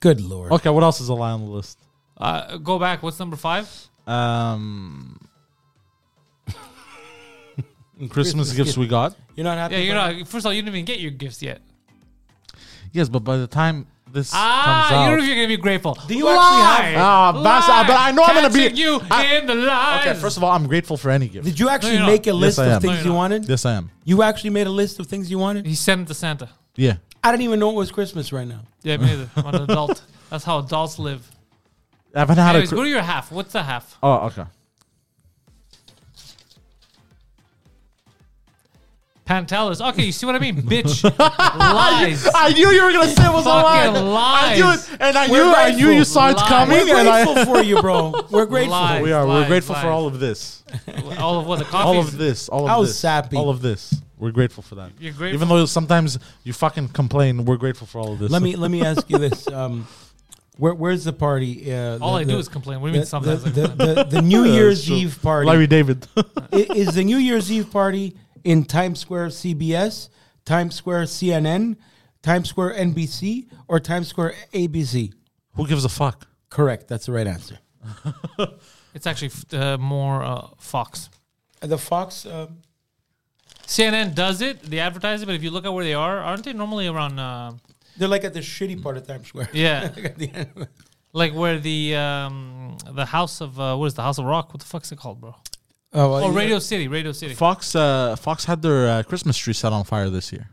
B: Good lord.
A: Okay, what else is a lie on the list?
C: uh, go back. What's number five?
A: Um, Christmas gifts we got.
B: You're not happy.
C: Yeah, you're
B: about
C: not. First of all, you didn't even get your gifts yet.
A: Yes, but by the time this
C: Ah, you don't know
A: comes
C: if
A: out,
C: you're gonna be grateful. Do
B: you actually have-
A: Ah, bas- ah, but I know I'm gonna be-
C: you
A: I-
C: in the lies.
A: okay. First of all, I'm grateful for any gift.
B: Did you actually
C: you're not.
B: make a
C: Yes,
B: list
A: I am.
B: of things
C: No, you're
B: you
C: not.
B: wanted?
A: yes, I am.
B: You actually made a list of things you wanted.
C: he sent it to Santa.
A: Yeah,
B: I didn't even know it was Christmas right now.
C: Yeah, me neither. I'm an adult. That's how adults live.
A: I haven't had
C: Anyways,
A: a.
C: go
A: Cri-
C: to your half. What's the half?
A: oh, okay.
C: Pantelis. Okay, you see what I mean, bitch. lies.
A: I knew you were gonna say it was a lie.
C: Fucking
A: I knew
C: lies.
A: it, and I
C: We're
A: knew I knew you
C: grateful.
A: saw it
C: Lies.
A: coming,
B: We're
A: and I.
B: grateful for you, bro. We're grateful.
C: Lies.
A: We are.
C: Lies,
A: we're grateful for
C: lies.
A: all of this.
C: All of what the coffee.
A: all of this, all of
B: How
A: this,
B: sappy.
A: all of this. We're grateful for that.
C: You're grateful.
A: Even though sometimes you fucking complain, we're grateful for all of this.
B: Let me let me ask you this: um, where, Where's the party? Uh,
C: All
B: the-
C: I do
B: the-
C: is complain. What do you mean
B: the,
C: sometimes
B: the,
C: I
B: the,
C: complain?
B: the, the
A: Yeah,
B: New
A: that's
B: Year's
A: true.
B: Eve party
A: Larry Uh, David.
B: i- is the New Year's Eve party in Times Square CBS Times Square CNN, Times Square NBC, or Times Square ABC?
A: Who gives a fuck?
B: Correct. That's the right answer.
C: It's actually f- uh, more uh, Fox.
B: Uh, The Fox. um
C: CNN does it. They advertise it, but if you look at where they are, aren't they normally around? Uh,
B: they're like at the shitty part of Times Square.
C: yeah,
B: Like at the end.
C: like where the um, the House of uh, what is the House of Rock? What the fuck's it called, bro?
B: oh, well,
C: Oh,
B: yeah.
C: Radio City, Radio City.
A: Fox uh, Fox had their uh, Christmas tree set on fire this year.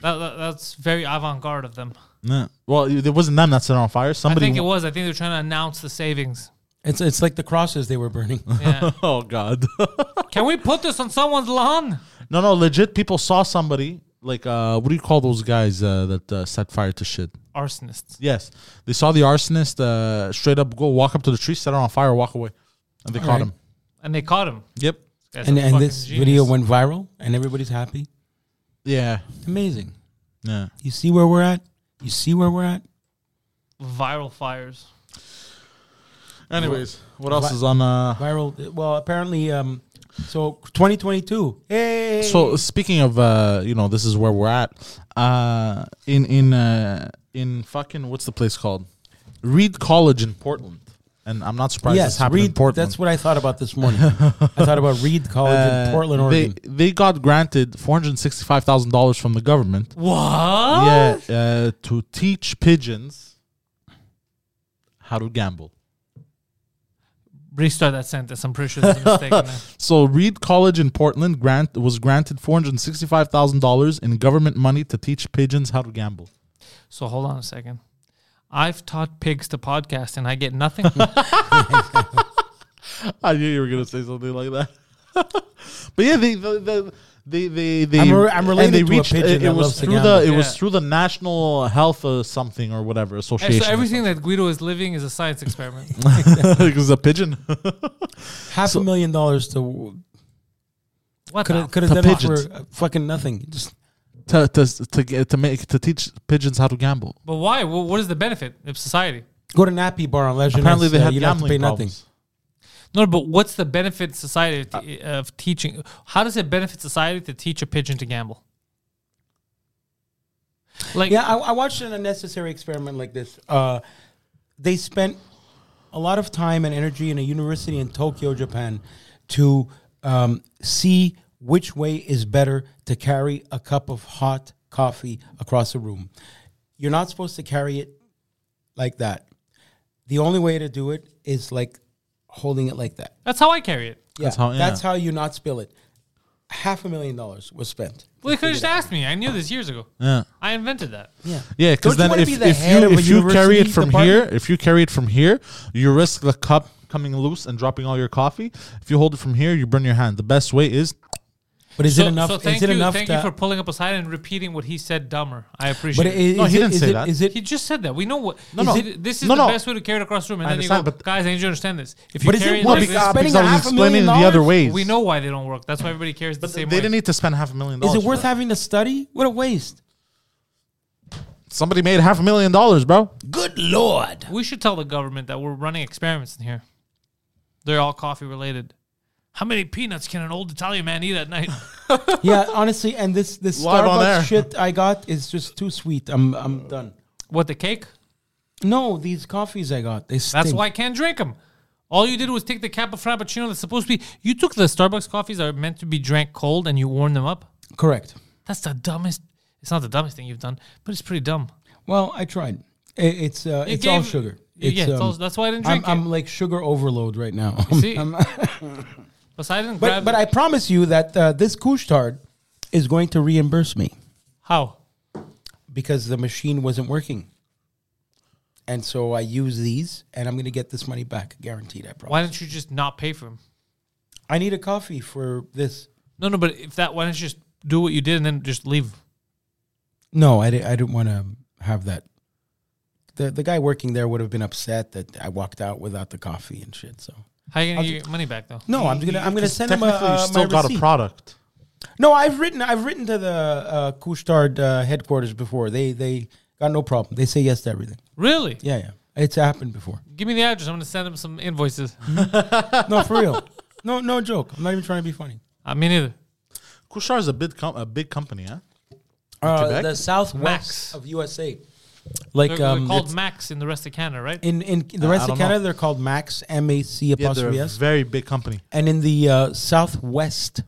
C: That, that, that's very avant garde of them.
A: No, well, it it wasn't them that set it on fire. Somebody.
C: I think it was. I think they're trying to announce the savings.
B: It's it's like the crosses they were burning.
C: Yeah.
A: oh God.
C: Can we put this on someone's lawn?
A: no, no, legit. People saw somebody like uh, what do you call those guys uh, that uh, set fire to shit?
C: Arsonists.
A: Yes, they saw the arsonist uh, straight up go walk up to the tree, set it on fire, walk away, and they caught
B: right.
A: him.
C: And they caught him.
A: Yep.
C: That's
B: and
C: a
B: and
C: fucking
B: this
C: genius.
B: video went viral, and everybody's happy.
A: Yeah.
B: It's amazing.
A: Yeah.
B: You see where we're at. You see where we're at.
C: viral fires.
A: Anyways, what else is on? Uh,
B: Viral. Well, apparently, um, so 2022. Hey.
A: So speaking of, uh, you know, this is where we're at. Uh, in in uh, in fucking what's the place called? Reed College in Portland, and I'm not surprised this
B: yes,
A: happened in
B: Reed.
A: Portland. Uh,
B: That's what I thought about this morning. I thought about Reed College in Portland,
A: they
B: Oregon.
A: they got granted four hundred sixty five thousand dollars from the government.
C: What?
A: Yeah, uh, to teach pigeons how to gamble.
C: Restart that sentence. I'm pretty sure there's a mistake. in there.
A: So Reed College in Portland grant was granted four hundred sixty five thousand dollars in government money to teach pigeons how to gamble.
C: So hold on a second. I've taught pigs to podcast and I get nothing.
A: I knew you were gonna say something like that. but yeah, they they they they, they, they
B: I'm re- I'm
A: and
B: related
A: they
B: to a pigeon
A: it, it
B: that
A: was
B: loves to
A: through the
B: gamble.
A: it was
C: Yeah.
A: through the National Health uh, something or whatever association.
C: so everything that Guido is living is a science experiment.
A: it was a pigeon.
B: Half a million dollars to
C: What
B: could
C: the
B: have could
A: The
B: have done it
A: pigeons.
B: for uh, fucking nothing. Just
A: to, to to get- to make to teach pigeons how to gamble.
C: But why? Wh- what is the benefit of society?
B: go to Nappy Bar on Legend.
A: Apparently, they had
B: you don't uh, have to
A: gambling
B: pay nothing.
A: problems.
C: No, but what's the benefit to society
B: Uh,
C: of, t- of teaching? How does it benefit society to teach a pigeon to gamble? Like,
B: Yeah, I, I watched an unnecessary experiment like this. Uh, they spent a lot of time and energy in a university in Tokyo, Japan, to um, see which way is better to carry a cup of hot coffee across a room. You're not supposed to carry it like that. The only way to do it is like holding it like that.
C: that's how I carry it.
B: Yeah,
A: That's how- yeah.
B: that's how you not spill it. Half a million dollars was spent.
C: Well, they could have just asked me. I knew this years ago.
A: Yeah.
C: I invented that.
B: Yeah.
A: Yeah, because
B: Don't you
A: then
B: wanna
A: if,
B: be the
A: if
B: head
A: you
B: of a
A: if you carry it
B: university
A: from
B: department?
A: here, if you carry it from here, you risk the cup coming loose and dropping all your coffee. If you hold it from here, you burn your hand. The best way is
B: But is
C: so,
B: it enough?
C: So thank
B: is it
C: you,
B: enough?
C: thank
B: to,
C: you for pulling up aside and repeating what he said. Dumber. I appreciate.
B: But
C: it.
B: is,
A: No, he
B: it-
A: didn't
B: is
A: say
B: it-
A: that.
B: Is it?
C: He just said that. We know what.
A: No, no.
C: is it- this is
A: No,
C: the
A: no.
C: best way to carry it across the room.
A: I
C: And then you go,
A: understand, but-
C: guys, I need you to understand this. If you
B: But is
C: carry
B: it
C: it
B: worth
C: like
B: it?
C: this,
B: Spending
A: because I was
B: half a
A: explaining
B: million
A: it the other
B: dollars?
A: ways.
C: we know why they don't work. That's why everybody carries the same
A: they
C: way.
A: didn't need to spend half a million
B: Is
A: dollars.
B: it worth
A: bro.
B: having to study? What a waste.
A: Somebody made half a million dollars, bro.
B: Good lord.
C: we should tell the government that we're running experiments in here. They're all coffee related. How many peanuts can an old Italian man eat at night?
B: Yeah, honestly, and this this
A: Live on air.
B: Starbucks shit I got is just too sweet. I'm I'm done.
C: what the cake?
B: No, these coffees I got, they stink.
C: That's why I can't drink them. All you did was take the cap of frappuccino that's supposed to be. You took the Starbucks coffees that are meant to be drank cold and you warmed them up.
B: correct.
C: That's the dumbest. It's not the dumbest thing you've done, but it's pretty dumb.
B: Well, I tried. It, it's uh,
C: You
B: it's all
C: gave-
B: sugar.
C: Yeah, it's all- that's why I didn't drink
B: I'm,
C: it.
B: I'm like sugar overload right now.
C: See?
B: I'm-
C: Poseidon
B: Um, but
C: grabbed.
B: but I promise you that uh, this Couche-Tard is going to reimburse me
C: how?
B: because the machine wasn't working. And so I use these, and I'm going to get this money back, guaranteed. I promise.
C: Why don't you just not pay for him?
B: I need a coffee for this.
C: No, no. But if that, why don't you just do what you did and then just leave?
B: No, I, di- I didn't want to have that. The the guy working there would have been upset that I walked out without the coffee and shit. So
C: How you gonna get your money back though?
B: no, I'm gonna I'm gonna send him a,
A: Technically,
B: uh,
A: you still
B: my
A: got
B: receipt.
A: a product.
B: No, I've written I've written to the uh, Couche-Tard uh, headquarters before. They they got no problem. They say yes to everything.
C: Really?
B: Yeah, yeah, it's happened before.
C: Give me the address. I'm gonna send him some invoices.
B: No, for real.
C: Uh,
B: No, no joke. I'm not even trying to be funny.
C: I mean, either.
A: Kushar is a big com- a big company, huh?
B: Uh,
A: Quebec?
B: the southwest
C: Max.
B: of USA. Like
C: they're,
B: um,
C: they're called
B: it's-
C: Max in the rest of Canada, right?
B: in in the
A: I
B: rest
A: don't
B: of Canada,
A: know.
B: they're called Max M A C
A: Yeah, they're
B: apostrophe
A: a
B: S.
A: very big company.
B: And in the uh, southwest,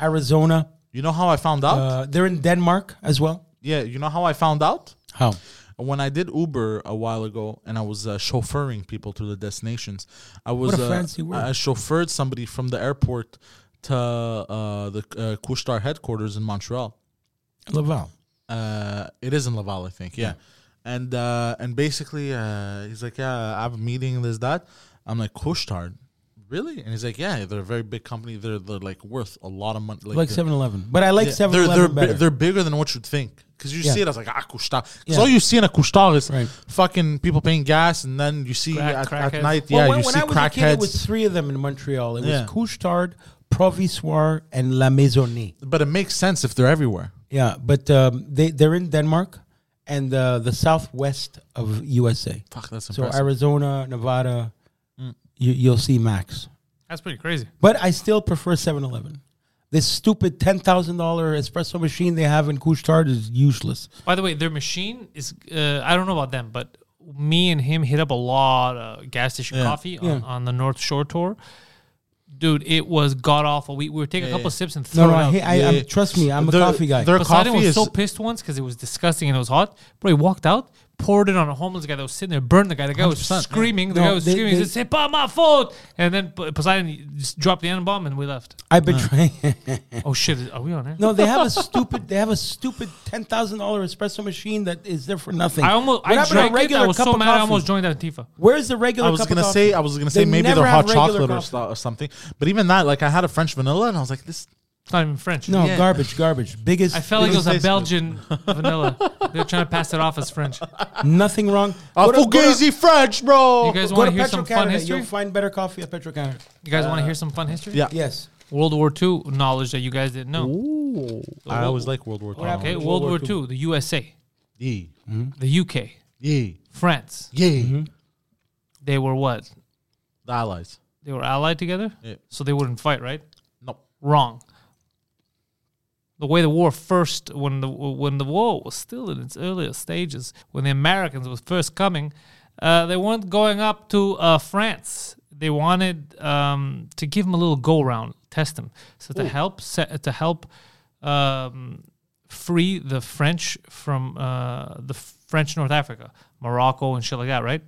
B: Arizona,
A: You know how I found out?
B: uh, they're in Denmark as well.
A: yeah, you know how I found out?
B: How?
A: When I did Uber a while ago and I was uh, chauffeuring people to the destinations, I was
B: a
A: uh,
B: fancy word.
A: I chauffeured somebody from the airport to uh, the uh, Couche-Tard headquarters in Montreal.
B: Laval.
A: uh, it is in Laval, I think. Yeah, and uh, and basically, uh, he's like, yeah, I have a meeting. This that. I'm like, Couche-Tard, really? And he's like, yeah, they're a very big company. They're they're like worth a lot of money.
B: Like
A: they're-
B: 7 Eleven. But I like
A: yeah,
B: 7
A: they're they're,
B: Eleven.
A: bi-
B: better.
A: they're bigger than what you'd think because you
B: Yeah.
A: see it as like ah Couche-Tard. 'Cause
B: Yeah.
A: all you see in a Couche-Tard is
B: Right.
A: fucking people paying gas, and then you see
C: Crack-
A: at, at
C: crackheads.
A: night,
B: Well,
A: yeah,
B: when,
A: you
B: when
A: see
B: I was a kid, it
A: crackheads.
B: was three of them in Montreal. It was
A: Yeah.
B: Couche-Tard, Provisoire, and La Maisonnée.
A: but it makes sense if they're everywhere.
B: Yeah, but um, they they're in Denmark and uh, the southwest of USA.
A: Fuck, that's
B: So
A: impressive.
B: Arizona, Nevada,
C: Mm.
B: you, you'll see Max.
C: That's pretty crazy.
B: But I still prefer 7-Eleven. This stupid ten thousand dollar espresso machine they have in Couche-Tard is useless.
C: By the way, their machine is, uh, I don't know about them, but me and him hit up a lot of gas station
A: Yeah.
C: coffee On,
B: Yeah.
C: on the North Shore tour. Dude, it was god awful. We, we were taking a couple sips and
B: No,
C: throwing
B: no,
C: out.
B: I, hate- I,
A: Yeah,
B: I'm,
A: yeah.
B: trust me, I'm a
A: They're-
B: coffee guy.
A: they're- Their
C: Poseidon
A: coffee
C: was so
A: is-
C: pissed once because it was disgusting and it was hot. But he walked out, poured it on a homeless guy that was sitting there, burned the guy. The guy was
A: 100%,
C: screaming. The
B: No,
C: guy was
B: they-
C: screaming. He
B: they-
C: said, "C'est pas ma faute!" And then P- Poseidon just dropped the bomb and we left.
B: I've been trying.
C: oh shit! Are we on air?
B: no, they have a stupid. They have a stupid ten thousand dollar espresso machine that is there for nothing.
C: I almost.
B: What
C: I
B: happened to
C: drank it. I was so
B: of
C: mad. I
B: coffee?
C: almost joined Antifa.
B: Where's the regular?
A: I was
B: cup of
A: gonna
B: coffee?
A: say I was gonna say
B: They
A: maybe
B: never
A: they're hot
B: have regular
A: chocolate or,
B: coffee.
A: sto- or something, but even that like I had a French vanilla and I was like this
C: It's not even French.
B: No,
A: Yeah.
B: garbage, garbage. Biggest.
C: I felt like it was a
A: tastes good.
C: Belgian vanilla. They're trying to pass it off as French.
B: nothing wrong.
A: a
B: Go to- go to-
A: fugazi French, bro.
C: You guys
B: Uh, Go
C: want
B: to
C: to hear some fun
B: Petro-Canada. You'll
C: history?
B: find better coffee at Petro Canada.
C: You guys want to hear some fun history?
A: Uh, yeah.
B: Yes.
C: World War II knowledge that you guys didn't know.
A: I always like World War II.
C: Okay, World War II, the USA,
A: Yeah,
C: the UK,
A: yeah,
C: France.
A: yeah.
B: Mm-hmm.
C: They were what?
A: The Allies.
C: They were allied together,
A: Yeah.
C: so they wouldn't fight, right?
A: No,
C: Wrong. The way the war first, when the when the war was still in its earlier stages, when the Americans was first coming, uh, they weren't going up to uh, France. They wanted um, to give them a little go round, test them, so to help se- to help um, free the French from uh, the French North Africa, Morocco and shit like that, right?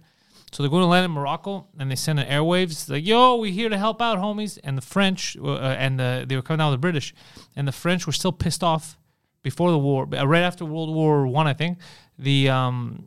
C: So they're going to land in Morocco, and they send an airwaves like, "Yo, we're here to help out, homies." And the French uh, and the, they were coming out with the British, and the French were still pissed off before the war, but, uh, right after World War One, I, think. The um,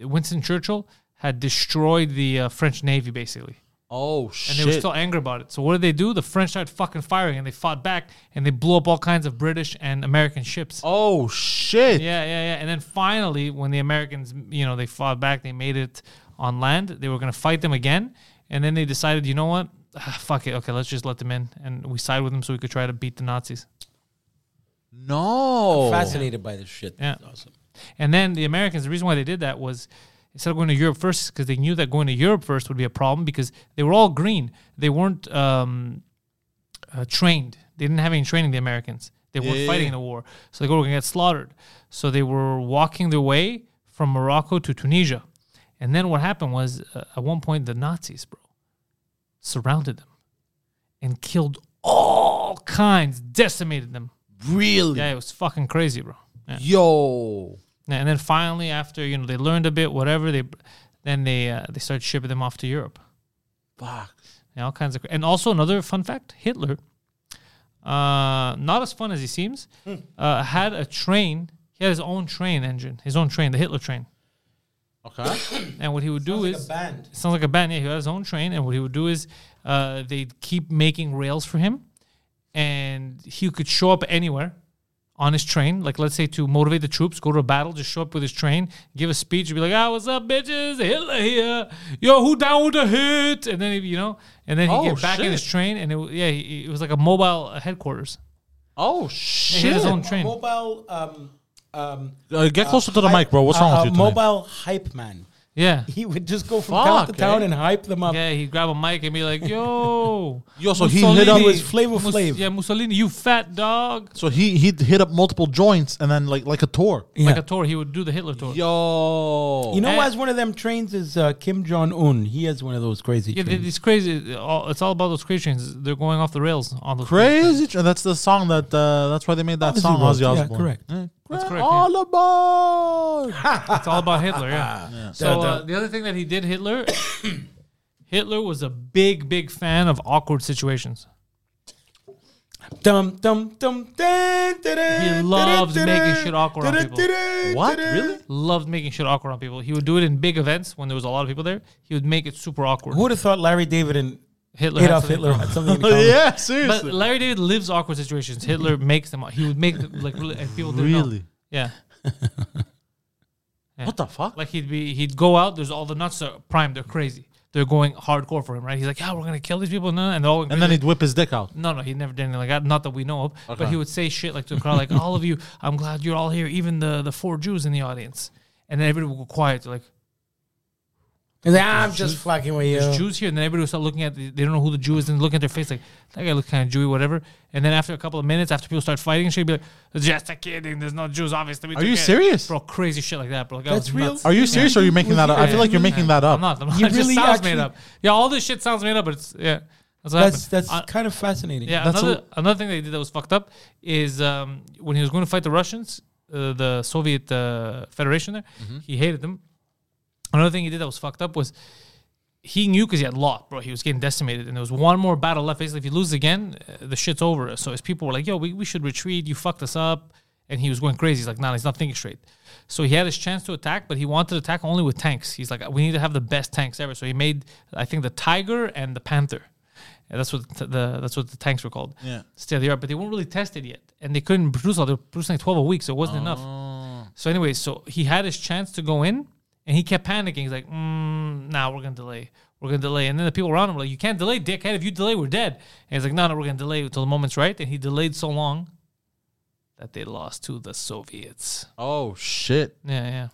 C: Winston Churchill had destroyed the uh, French navy basically,
A: oh
C: and
A: shit.
C: they were still angry about it. So what did they do? The French started fucking firing, and they fought back, and they blew up all kinds of British and American ships.
A: oh shit.
C: Yeah, yeah, yeah. And then finally, when the Americans, you know, they fought back, they made it on land. They were going to fight them again, and then they decided, you know what? Ah, fuck it. Okay, let's just let them in, and we side with them so we could try to beat the Nazis.
A: No.
B: Fascinated by this shit.
C: Yeah. And then the Americans, the reason why they did that was instead of going to Europe first, because they knew that going to Europe first would be a problem because they were all green. They weren't um, uh, trained. They didn't have any training. The Americans they weren't
A: yeah,
C: fighting
A: yeah.
C: in the war, so they were going to get slaughtered. So they were walking their way from Morocco to Tunisia, and then what happened was uh, at one point the Nazis, bro, surrounded them and killed all kinds, decimated them.
A: Really?
C: Yeah, it was fucking crazy, bro. Yeah.
A: Yo.
C: Yeah, and then finally, after you know they learned a bit, whatever they, then they uh, they started shipping them off to Europe.
A: Fuck.
C: And all kinds of, and also another fun fact: Hitler, uh, not as fun as he seems, uh, had a train. He had his own train engine, his own train, the Hitler train.
A: Okay.
C: And what he would do is
B: band.
C: it sounds like a band. Yeah, he had his own train, and what he would do is uh, they'd keep making rails for him, and he could show up anywhere on his train. Like let's say to motivate the troops, go to a battle, just show up with his train, give a speech, be like, "Ah, what's up, bitches? Hitler here. Yo, who down with the hit?" And then he- you know, and then he
A: Oh,
C: would get back in his
A: shit.
C: train, and it, w- yeah, he- it was like a mobile uh, headquarters.
A: Oh
C: And He
A: shit.
C: had his own train.
B: Mobile. Um, um,
A: Uh, get closer to the mic, bro. What's
B: uh,
A: wrong
B: uh,
A: with you? tonight?
B: Mobile hype man.
C: Yeah.
B: He would just go from town to
A: Fuck,
B: town
A: eh?
B: and hype them up.
C: Yeah, he'd grab a mic and be like, yo.
A: Yo, so he hit up-
B: was Flavor
C: Mus-
B: Flav.
C: Yeah, Mussolini, you fat dog.
A: So he he'd hit up multiple joints and then like like a tour.
C: Like
B: Yeah.
C: a tour, he would do the Hitler tour.
A: Yo,
B: You know, who
C: Eh.
B: has one of them trains is uh, Kim Jong Un. He has one of those crazy.
C: Yeah, th-
B: trains.
C: it's crazy. All- It's all about those crazy trains. They're going off the rails on those trains.
A: crazy. tr- that's the song that uh, that's why they made that
B: Obviously
A: song.
B: wrote.
A: Ozzy
B: Yeah,
A: Osbourne.
B: correct.
C: That's correct,
A: All aboard.
C: It's all about Hitler. Yeah. So uh, the other thing that he did, Hitler, Hitler was a big, big fan of awkward situations.
B: Dum dum dum. He
C: He loves making shit awkward on people.
A: What? Really?
C: Loved making shit awkward on people. He would do it in big events when there was a lot of people there. He would make it super awkward.
B: Who would have thought Larry David and
C: Hitler. had
B: Adolf
C: something-
B: Hitler had something in common?
A: yeah,
C: But
A: seriously.
C: Larry David lives awkward situations. Hitler makes them. He would make them like really, and people didn't know.
A: Really?
C: Yeah.
A: What the fuck?
C: Like he'd be he'd go out. There's all the nuts are prime. They're crazy. They're going hardcore for him, right? He's like, yeah, we're gonna kill these people, no, and they're all.
A: and then he'd whip his dick out.
C: No, no, he never did anything like that. Not that we know of. But he would say shit like to the crowd, like, "All of you, I'm glad you're all here, even the the four Jews in the audience." And then everybody would go quiet, like,
B: And then, I'm just fucking with
C: "There's
B: you.
C: Jews here," and then everybody would start looking at. The, they don't know who the Jew is, and look at their face, like, "That guy looks kind of Jewy, whatever." And then after a couple of minutes, after people start fighting, she'd be like, "Just a kidding. There's no Jews, obviously." We
A: Are
C: took
A: you
C: it."
A: serious?
C: Bro, crazy shit like that, bro. Like, I
B: That's
C: was
B: real.
C: nuts.
A: Are you serious? or Are you making that up? I feel like you're making that up.
C: I'm not. I'm not.
B: You
C: It just
B: really
C: sounds made
B: actually-
C: up. Yeah, all this shit sounds made up, but it's yeah. That's what
B: That's
C: happened.
B: that's
C: Uh,
B: kind of fascinating.
C: yeah,
A: That's
C: another another thing they did that was fucked up is um, when he was going to fight the Russians, uh, the Soviet uh, Federation there,
B: Mm-hmm.
C: he hated them. Another thing he did that was fucked up was he knew because he had lost, bro. He was getting decimated, and there was one more battle left. Basically, if you lose again, uh, the shit's over. So his people were like, "Yo, we, we should retreat. You fucked us up," and he was going crazy. He's like, "Nah, he's not thinking straight." So he had his chance to attack, but he wanted to attack only with tanks. He's like, "We need to have the best tanks ever." So he made, I think, the Tiger and the Panther. And that's what t- the that's what the tanks were called.
A: Yeah.
C: state of the art, but they weren't really tested yet, and they couldn't produce all. They were producing like twelve a week, so it wasn't enough. So anyway, so he had his chance to go in, and he kept panicking. He's like, mm, "Nah, we're gonna delay. We're gonna delay." And then the people around him were like, "You can't delay, dickhead. If you delay, we're dead." And he's like, "No, no, we're gonna delay until the moment's right." And he delayed so long that they lost to the Soviets.
A: Oh shit!
C: Yeah, yeah,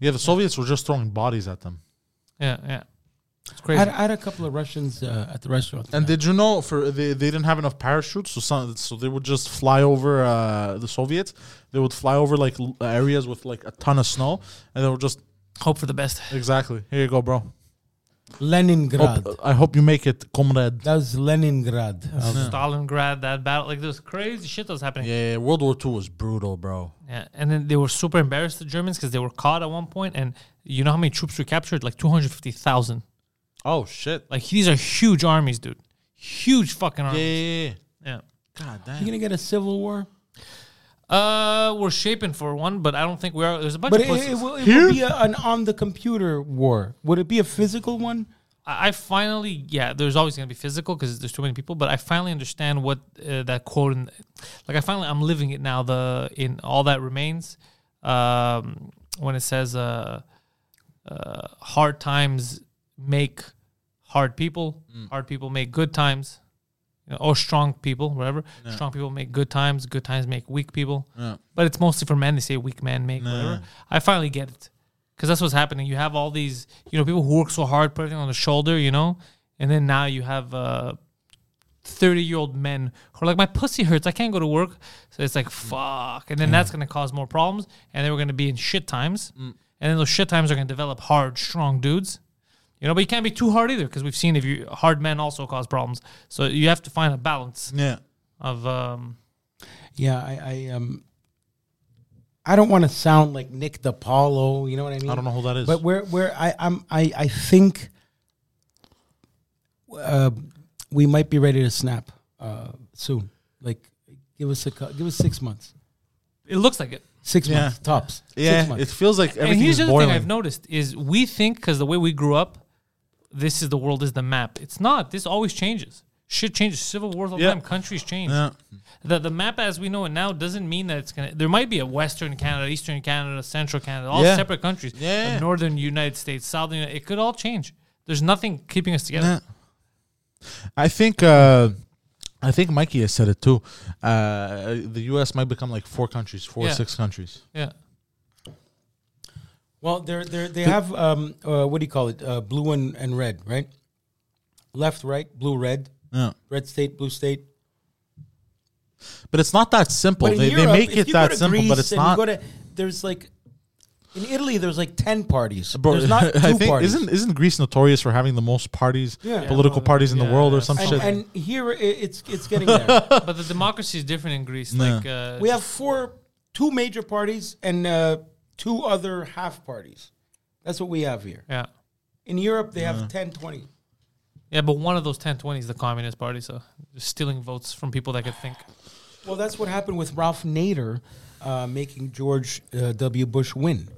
A: Yeah, the Soviets were just throwing bodies at them.
C: yeah, yeah. It's
B: I
C: crazy.
B: had, I had a couple of Russians uh, at the restaurant.
A: And did you know for they, they didn't have enough parachutes, so some, so they would just fly over uh, the Soviets. They would fly over like l- areas with like a ton of snow, and they were just
C: Hope for the best.
A: exactly here you go, bro.
B: Leningrad.
A: Hope, I hope you make it, comrade.
B: That was Leningrad. Uh,
C: Stalingrad, that battle, like there's crazy shit that was happening.
A: Yeah, World War II was brutal, bro.
C: Yeah, and then they were super embarrassed, the Germans, because they were caught at one point, and you know how many troops were captured? Like two hundred fifty thousand.
A: Oh shit!
C: Like these are huge armies, dude. Huge fucking
A: Yeah,
C: armies.
A: yeah, yeah.
C: Yeah.
A: God
B: you
A: damn.
B: gonna get a civil war?
C: Uh, we're shaping for one, but I don't think we are. There's a bunch
B: But
C: of
B: it,
C: pussies.
B: it, will, it will be a, an on the computer war. Would it be a physical one?
C: I I finally, yeah, there's always gonna be physical because there's too many people. But I finally understand what uh, that quote, in, like I finally, I'm living it now. The in all that remains, um, when it says, uh, uh, hard times make hard people,
B: Mm.
C: hard people make good times, you know, or strong people, whatever. Strong people make good times, good times make weak people. But it's mostly for men. They say weak man make whatever. I finally get it because that's what's happening. You have all these, you know, people who work so hard, put everything on the shoulder, you know, and then now you have uh, thirty-year-old men who are like, "My pussy hurts. I can't go to work." So it's like, fuck, and then that's gonna cause more problems, and then we're gonna be in shit times, and then those shit times are gonna develop hard, strong dudes. You know, but you can't be too hard either because we've seen if you hard men also cause problems. So you have to find a balance
A: Yeah.
C: of um,
B: Yeah, I, I um, I don't want to sound like Nick DiPaolo. You know what I mean?
A: I don't know who that is.
B: But where where I I'm I I think uh, we might be ready to snap uh, soon. Like, give us a cou- give us six months,
C: it looks like it.
B: six
A: Yeah.
B: months tops. six
A: yeah,
B: months.
A: it feels like
C: and
A: everything
C: here's
A: is
C: the other
A: boiling.
C: thing I've noticed is we think because the way we grew up, this is the world is the map. It's not. This always changes. Shit changes. Civil wars all the
A: Yeah.
C: time. Countries change.
A: Yeah.
C: The the map as we know it now doesn't mean that it's gonna. There might be a Western Canada, Eastern Canada, Central Canada, all
A: Yeah.
C: separate countries.
A: Yeah.
C: A Northern United States, Southern. United, it could all change. There's nothing keeping us together.
A: I think uh, I think Mikey has said it too. Uh, the U.S. might become like four countries, four
C: Yeah.
A: six countries.
C: Yeah.
B: Well, they're, they're, they have, um, uh, what do you call it? Uh, blue and, and red, right? Left, right, blue, red.
A: Yeah.
B: Red state, blue state.
A: But it's not that simple.
B: in
A: They, they
B: Europe,
A: make
B: if
A: it
B: you go
A: that
B: to
A: simple, but
B: Greece
A: it's
B: and you
A: not.
B: go to- there's like, in Italy, there's like 10 parties.
A: Bro,
B: there's not 2
A: I think
B: parties.
A: isn't isn't Greece notorious for having the most parties,
B: Yeah. Yeah,
A: political parties in the
C: yeah,
A: world or some
B: and,
A: shit?
B: and here it, it's it's getting there.
C: But the democracy is different in Greece. Like uh,
B: we have four, two major parties and uh, two other half parties. That's what we have here.
C: yeah,
B: In Europe, they have 10, 20.
C: yeah. But one of those 1020 is the Communist Party, so just stealing votes from people that could think.
B: Well, that's what happened with Ralph Nader uh, making George uh, W. Bush win.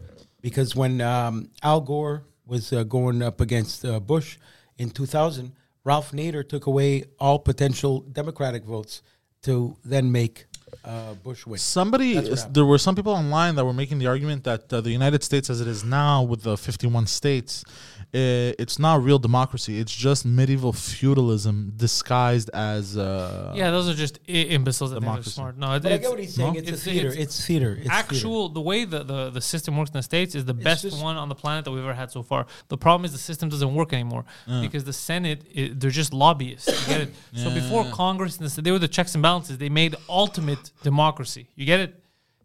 B: Because when um, Al Gore was uh, going up against uh, Bush in 2000, Ralph Nader took away all potential Democratic votes to then make uh, Bush win.
A: Somebody, there were some people online that were making the argument that uh, the United States, as it is now with the 51 states, uh, it's not real democracy. It's just medieval feudalism disguised as. Uh,
C: Yeah, those are just I- imbeciles that think they're
A: Democracy.
C: smart. No, it,
B: But I
C: it's
B: get what he's saying. It's,
C: it's-
B: a theater.
C: it's
B: It's, theater. It's theater.
C: actual the way the, the the system works in the states is the best
B: just-
C: one on the planet that we've ever had so far. The problem is the system doesn't work anymore because the Senate i they're just lobbyists. You get it? So before Congress and the, Sen- they were the checks and balances. They made ultimate democracy. You get it?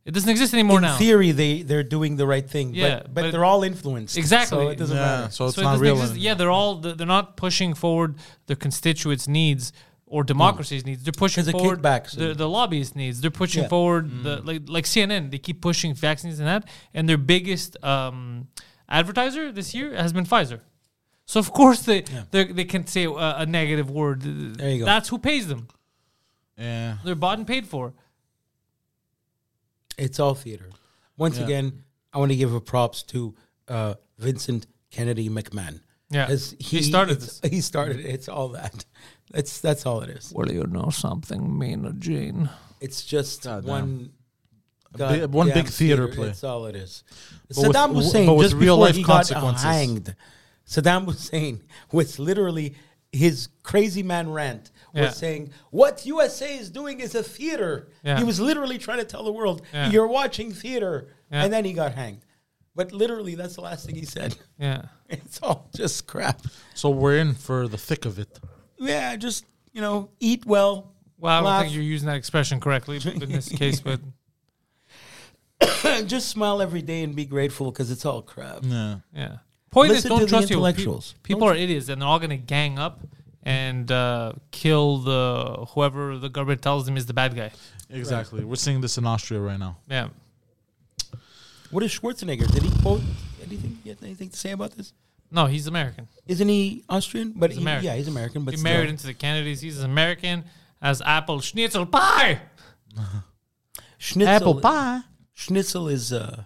C: It doesn't exist anymore now.
B: In theory, they they're doing the right thing.
C: Yeah,
B: but, but,
C: but-
B: they're all influenced.
C: Exactly.
B: So it doesn't
A: Yeah,
B: matter.
A: so it's
C: it
A: not
C: doesn't
A: real.
C: exist.
A: anymore.
C: Yeah, they're all they're they're not pushing forward the constituents' needs or democracy's needs. They're pushing
B: 'Cause of
C: forward
B: kickbacks
C: the,
B: and-
C: the lobbyists' needs. They're pushing
B: Yeah.
C: forward the like like CNN. They keep pushing vaccines and that. And their biggest um, advertiser this year has been Pfizer. So of course they they they can say a, a negative word. There
B: you go.
C: That's who pays them.
A: Yeah.
C: They're bought and paid for.
B: It's all theater. Once again, I want to give a props to uh, Vincent Kennedy McMahon.
C: Yeah.
B: 'Cause
C: He started
B: it's- He started it. It's all that. That's that's all it is.
C: Well, you know something, Mina Jane.
B: It's just
A: Goddamn.
B: one.
A: bi-
B: goddamn
A: one big theater play.
B: That's all it is.
A: with-
B: Saddam
A: w-
B: Hussein,
A: but with
B: just
A: real
B: before
A: life
B: he got
A: consequences.
B: hanged, Saddam Hussein was literally his crazy man rant was
C: Yeah.
B: saying, "What USA is doing is a theater."
C: Yeah.
B: He was literally trying to tell the world,
C: Yeah.
B: "You're watching theater,"
C: Yeah.
B: and then he got hanged. But literally, that's the last thing he said.
C: Yeah.
B: It's all just crap.
A: So we're in for the thick of it.
B: Yeah, just you know, eat well.
C: Well, I don't
B: laugh,
C: think you're using that expression correctly in this case, but
B: just smile every day and be grateful because it's all crap.
A: Yeah.
C: Yeah. Point
B: Listen
C: is,
B: to
C: don't
B: the
C: trust your
B: intellectuals.
C: People, are idiots, and they're all going to gang up and uh, kill the whoever the government tells them is the bad guy.
A: Exactly. We're seeing this in Austria right now.
C: Yeah.
B: What is Schwarzenegger? Did he quote anything? He had anything to say about this?
C: No, he's American.
B: Isn't he Austrian? But he-
C: American.
B: yeah, he's American. But
C: he
B: still.
C: married into the Kennedys. He's as American as apple schnitzel pie.
B: Schnitzel,
A: pie.
B: Schnitzel is uh,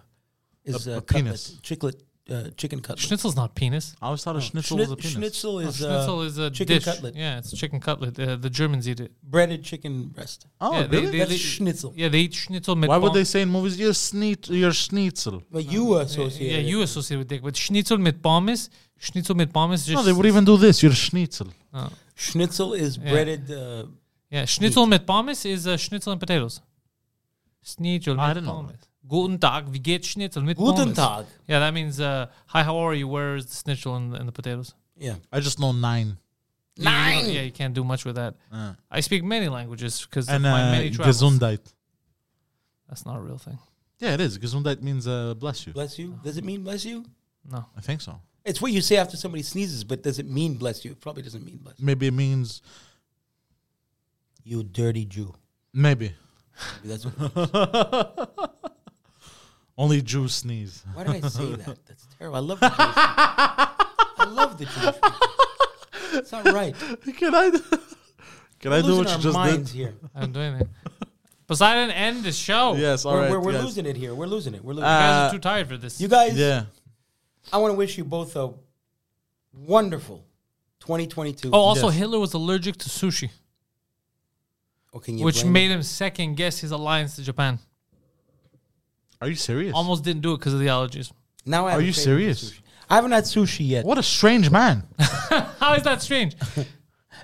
B: is
A: A-
B: uh,
A: a
B: cutlet,
A: penis.
B: Chiclet, uh, chicken cutlet.
C: Schnitzel's not penis.
A: I always thought a schnitzel
B: Schni-
A: was a penis.
B: Schnitzel is uh,
C: Oh, Schnitzel is a
B: chicken
C: dish.
B: cutlet,
C: Yeah, it's chicken cutlet. Uh, the Germans eat it.
B: breaded chicken breast.
A: Oh,
C: yeah,
A: really?
B: That's schnitzel.
C: Yeah, they eat schnitzel. Mit
A: Why would
C: Pommes.
A: they say in movies, your, schnit- your schnitzel?
B: But you
C: Yeah,
B: associate. it.
C: you associate with dick, but schnitzel mit pommes, schnitzel mit pommes. Just
A: No, they would even do this, your schnitzel.
B: Schnitzel is breaded. Uh,
C: Yeah, Schnitzel mit Pommes is uh, Schnitzel and potatoes. Schnitzel
A: I
C: mit
A: don't know.
C: Pommes. Guten Tag, wie geht's Schnitzel mit Pommes?
B: Guten Tag.
C: Yeah, that means, uh, hi, how are you? Where is the schnitzel and, and the potatoes?
B: yeah.
A: I just know nine.
C: Nine! yeah, you can't do much with that. I speak many languages because of
A: Ah. And
C: my
A: uh,
C: many travels.
A: Gesundheit.
C: That's not a real thing.
A: Yeah, it is. Gesundheit means uh, bless you.
B: Bless you. Does it mean bless you?
C: No.
A: I think so.
B: It's what you say after somebody sneezes, but does it mean bless you? It probably doesn't mean bless you.
A: Maybe it means
B: You dirty Jew.
A: maybe.
B: That's what,
A: Only Jews sneeze.
B: why did I say that? That's terrible. I love the Jewish people. I love the Jewish people. It's not right.
A: Can I? Can I
B: We're
A: do
B: losing
A: what
B: our
A: you just did?
B: minds here.
C: I don't do anything. Poseidon, end the show.
A: Yes. all
B: We're,
A: right.
B: we're, we're
A: yes. Uh,
B: losing it here. We're losing it. We're losing
C: You
B: it.
C: guys are too tired for this.
B: You guys,
A: Yeah.
B: I want to wish you both a wonderful 2022.
C: oh, also,
A: Yes.
C: Hitler was allergic to sushi,
B: Oh, can
C: which
B: blame
C: made
B: me?
C: him second guess his alliance to Japan.
A: Are you serious?
C: Almost didn't do it because of the allergies.
B: Now
A: Are
B: I have a
A: you
B: craving for
A: serious?
B: sushi. I haven't had sushi yet.
A: What a strange man.
C: How is that strange?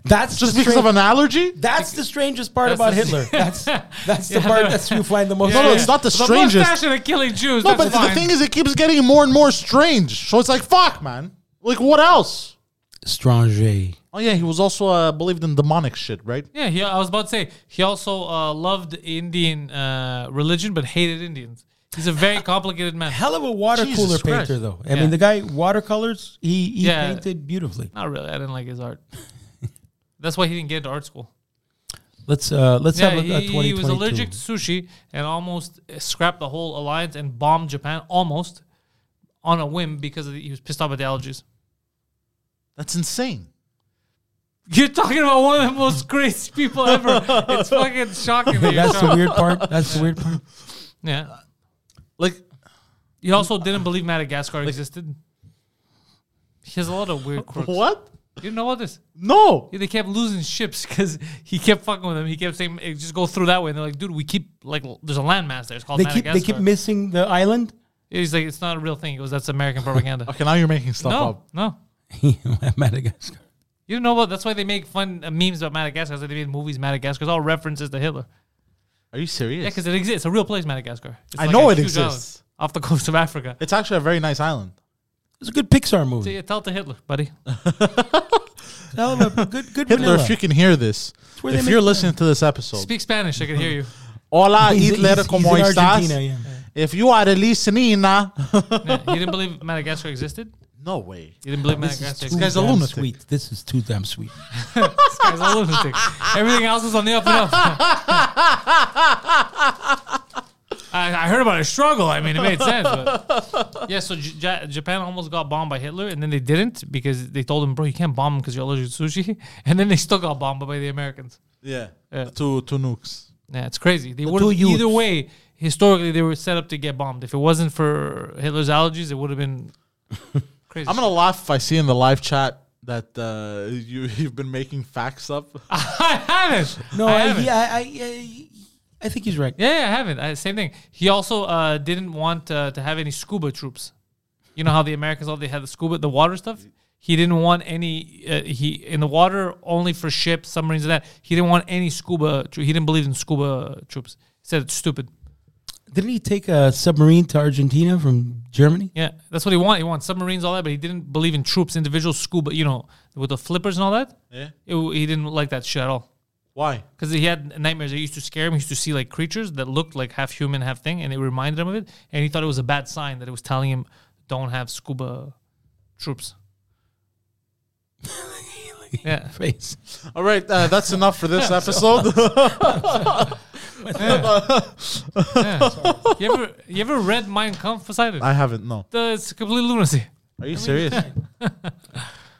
B: That's
A: Just
B: the
A: because of
B: strange-
A: an allergy?
B: That's the strangest part
C: That's
B: about
C: the-
B: Hitler. That's that's the part that's you find the most.
A: No, no, it's not the
C: The
A: strangest.
C: mustache and the killing Jews.
A: No,
C: that's
A: but the
C: fine.
A: thing is, it keeps getting more and more strange. So it's like, fuck, man. Like, what else?
B: Strange.
A: Oh yeah, he was also uh, believed in demonic shit, right?
C: Yeah, he, I was about to say he also uh, loved Indian uh, religion but hated Indians. He's a very complicated man.
B: Hell of a water
A: Jesus
B: cooler
A: Christ.
B: painter, though. I
C: Yeah.
B: mean, the guy watercolors. He he
C: Yeah.
B: painted beautifully.
C: Not really. I didn't like his art. That's why he didn't get into art school.
B: Let's uh let's
C: Yeah,
B: have a, a
C: he, he was
B: 2022.
C: allergic to sushi and almost eh, scrapped the whole alliance and bombed Japan almost on a whim because of the, he was pissed off at the allergies.
A: That's insane.
C: You're talking about one of the most crazy people ever. It's fucking shocking. That you're
B: That's the
C: talking-
B: weird part. That's the weird part.
C: Yeah.
A: Like,
C: You also didn't believe Madagascar existed. He has a lot of weird quirks.
A: what?
C: You didn't know about this?
A: No.
C: Yeah, they kept losing ships because he kept fucking with them. He kept saying, "Hey, "Just go through that way." And they're like, "Dude, we keep like l- there's a landmass there. It's called
B: They keep
C: Madagascar."
B: they keep missing the island.
C: He's like, "It's not a real thing. It was that's American propaganda."
A: Okay, now you're making stuff
C: no,
A: up.
C: no,
B: Madagascar.
C: you don't know about. That's why they make fun uh, memes about Madagascar. That's why they made movies Madagascar. It's all references to Hitler.
A: Are you serious?
C: Yeah, because it exists. It's a real place, Madagascar. It's
A: I
C: like
A: know
C: a
A: it
C: huge island
A: exists.
C: off the coast of Africa.
A: it's actually a very nice island.
B: It's a good Pixar
C: So,
B: movie.
C: yeah, tell it to Hitler, buddy.
A: Oh.
B: Hell of a good good
A: Hitler,
B: vanilla.
A: if you can hear this,
B: where they
A: if
B: make
A: you're
B: fun.
A: listening to this episode,
C: Speak Spanish. I can hear you.
A: hola
B: He's-
A: Hitler,
B: he's-
A: como
B: he's in
A: estás?
B: Argentina, yeah.
A: If you are listening, uh,
C: Yeah, you didn't believe Madagascar existed.
A: no way.
C: You didn't believe
B: This is
C: Madagascar
B: too
C: existed.
A: guy's a
B: damn
A: lunatic.
B: sweet. This is too damn sweet.
C: guy's a lunatic. Everything else is on the up and up. I, I heard about a struggle. I mean, it made sense. But yeah, so J- Ja- Japan almost got bombed by Hitler, and then they didn't because they told him, "Bro, you can't bomb him because you're allergic to sushi." And then they still got bombed by the Americans.
A: Yeah.
C: Yeah.
A: Two two nukes.
C: Yeah, it's crazy. They
B: two
C: would
B: youths.
C: either way. Historically, they were set up to get bombed. If it wasn't for Hitler's allergies, it would have been crazy.
A: I'm gonna laugh if I see in the live chat that uh, you you've been making facts up.
C: I haven't.
B: No,
C: I
B: I,
C: haven't.
B: yeah, I, I I think he's right.
C: Yeah, yeah, I haven't. I, same thing. He also uh, didn't want uh, to have any scuba troops. You know how the Americans all they had the scuba, the water stuff. He didn't want any. Uh, he in the water only for ships, submarines, and that. He didn't want any scuba. Tro- he didn't believe in scuba troops. He said it's stupid.
B: Didn't he take a submarine to Argentina from Germany?
C: Yeah, that's what he wanted. He wanted submarines, all that, but he didn't believe in troops, individual scuba. You know, with the flippers and all that.
A: Yeah.
C: It, he didn't like that shit at all.
A: Why?
C: because he had nightmares that used to scare him. He used to see like creatures that looked like half human, half thing, and it reminded him of it. And he thought it was a bad sign that it was telling him, "Don't have scuba troops." yeah,
B: Face.
A: All right, uh, that's enough for this episode.
C: you ever you ever read Mein Kampf Poseidon?
A: I haven't. No.
C: The- it's complete lunacy.
A: Are you serious?
B: Get, uh,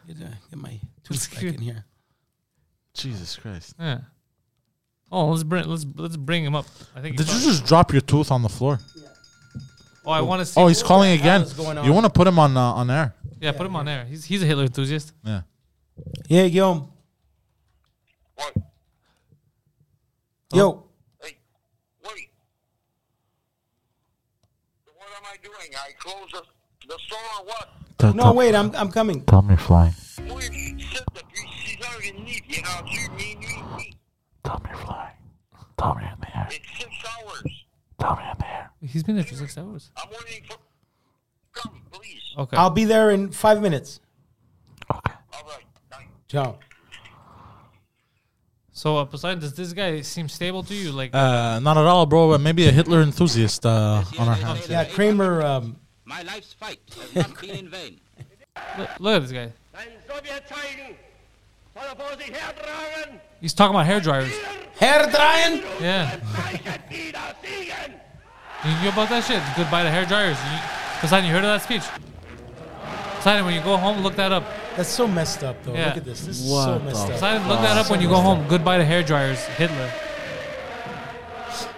B: get my tooth back in here.
A: Jesus Christ!
C: Yeah. Oh, let's bring let's let's bring him up. I think.
A: Did
C: he's
A: you
C: fine.
A: just drop your tooth on the floor?
C: Oh, I want to see.
A: Oh, he's calling
B: the hell
A: again.
B: is going on?
A: You want to put him on uh, on air?
C: yeah, put him on there. He's he's a Hitler enthusiast.
A: Yeah.
B: Yeah, Guillaume.
E: What?
C: Oh.
B: Yo,
E: Hey, wait. What am I doing? I close the, the store or what?
B: no, wait, I'm, I'm coming.
A: Tommy flying.
E: Where she said that you- she's not in need, you know, she need, need, need.
A: Tommy flying. Tommy in the air.
E: It's six hours.
A: Tommy in the air.
C: He's been there for six hours.
E: I'm waiting for. Come, please.
C: Okay.
B: I'll be there in five minutes.
E: All right. Thank
B: Ciao.
C: so uh, Poseidon, does this guy seem stable to you? Like,
A: Uh, not at all, bro. But maybe a Hitler enthusiast uh, on our hands.
B: Yeah, Kramer. Um,
F: My life's fight has not been in vain.
C: look, look at this guy.
G: Ein Sowjet zeigen, soll er vor sich hertragen.
C: He's talking about hair dryers.
B: Herr Dreyen!
C: Yeah.
G: Zeichet wieder siegen!
C: You hear about that shit? Goodbye to hair dryers. You, Poseidon, you heard of that speech? Poseidon, when you go home, look that up.
B: That's so messed up, though.
C: Yeah.
B: Look at this. This is so
A: What the
B: messed up.
C: Poseidon, look that up when you go home. Goodbye to hair dryers. Hitler.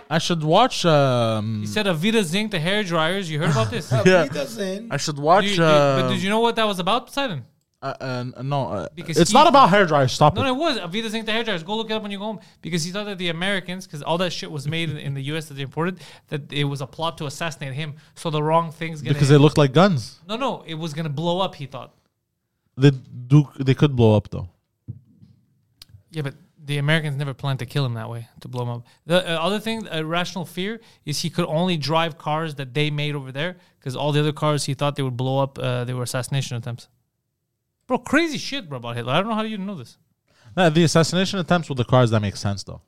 A: I should watch. Um,
C: He said Avita Zinc to hair dryers. You heard about this? Do
A: yeah.
B: He doesn't.
A: I should
C: you-
A: watch.
C: do you- but
A: Uh,
C: did you know what that was about, Poseidon?
A: uh, uh, no, uh,
C: Because
A: it's
C: he-
A: not about hair dryer. Stop
C: No, no,
A: it.
C: it was Avita Zinc to hair dryers. Go look it up when you go home because he thought that the Americans, because all that shit was made in, in the U.S. that they imported, that it was a plot to assassinate him. So the wrong things gonna.
A: Because they look like guns.
C: no, no, it was gonna blow up. He thought.
A: They do. They could blow up though.
C: Yeah, but the Americans never planned to kill him that way to blow him up. The uh, other thing, uh, rational fear, is he could only drive cars that they made over there because all the other cars he thought they would blow up, uh, they were assassination attempts. Bro, crazy shit, bro, about Hitler. I don't know how you didn't know this.
A: Nah, the assassination attempts with the cars that makes sense though.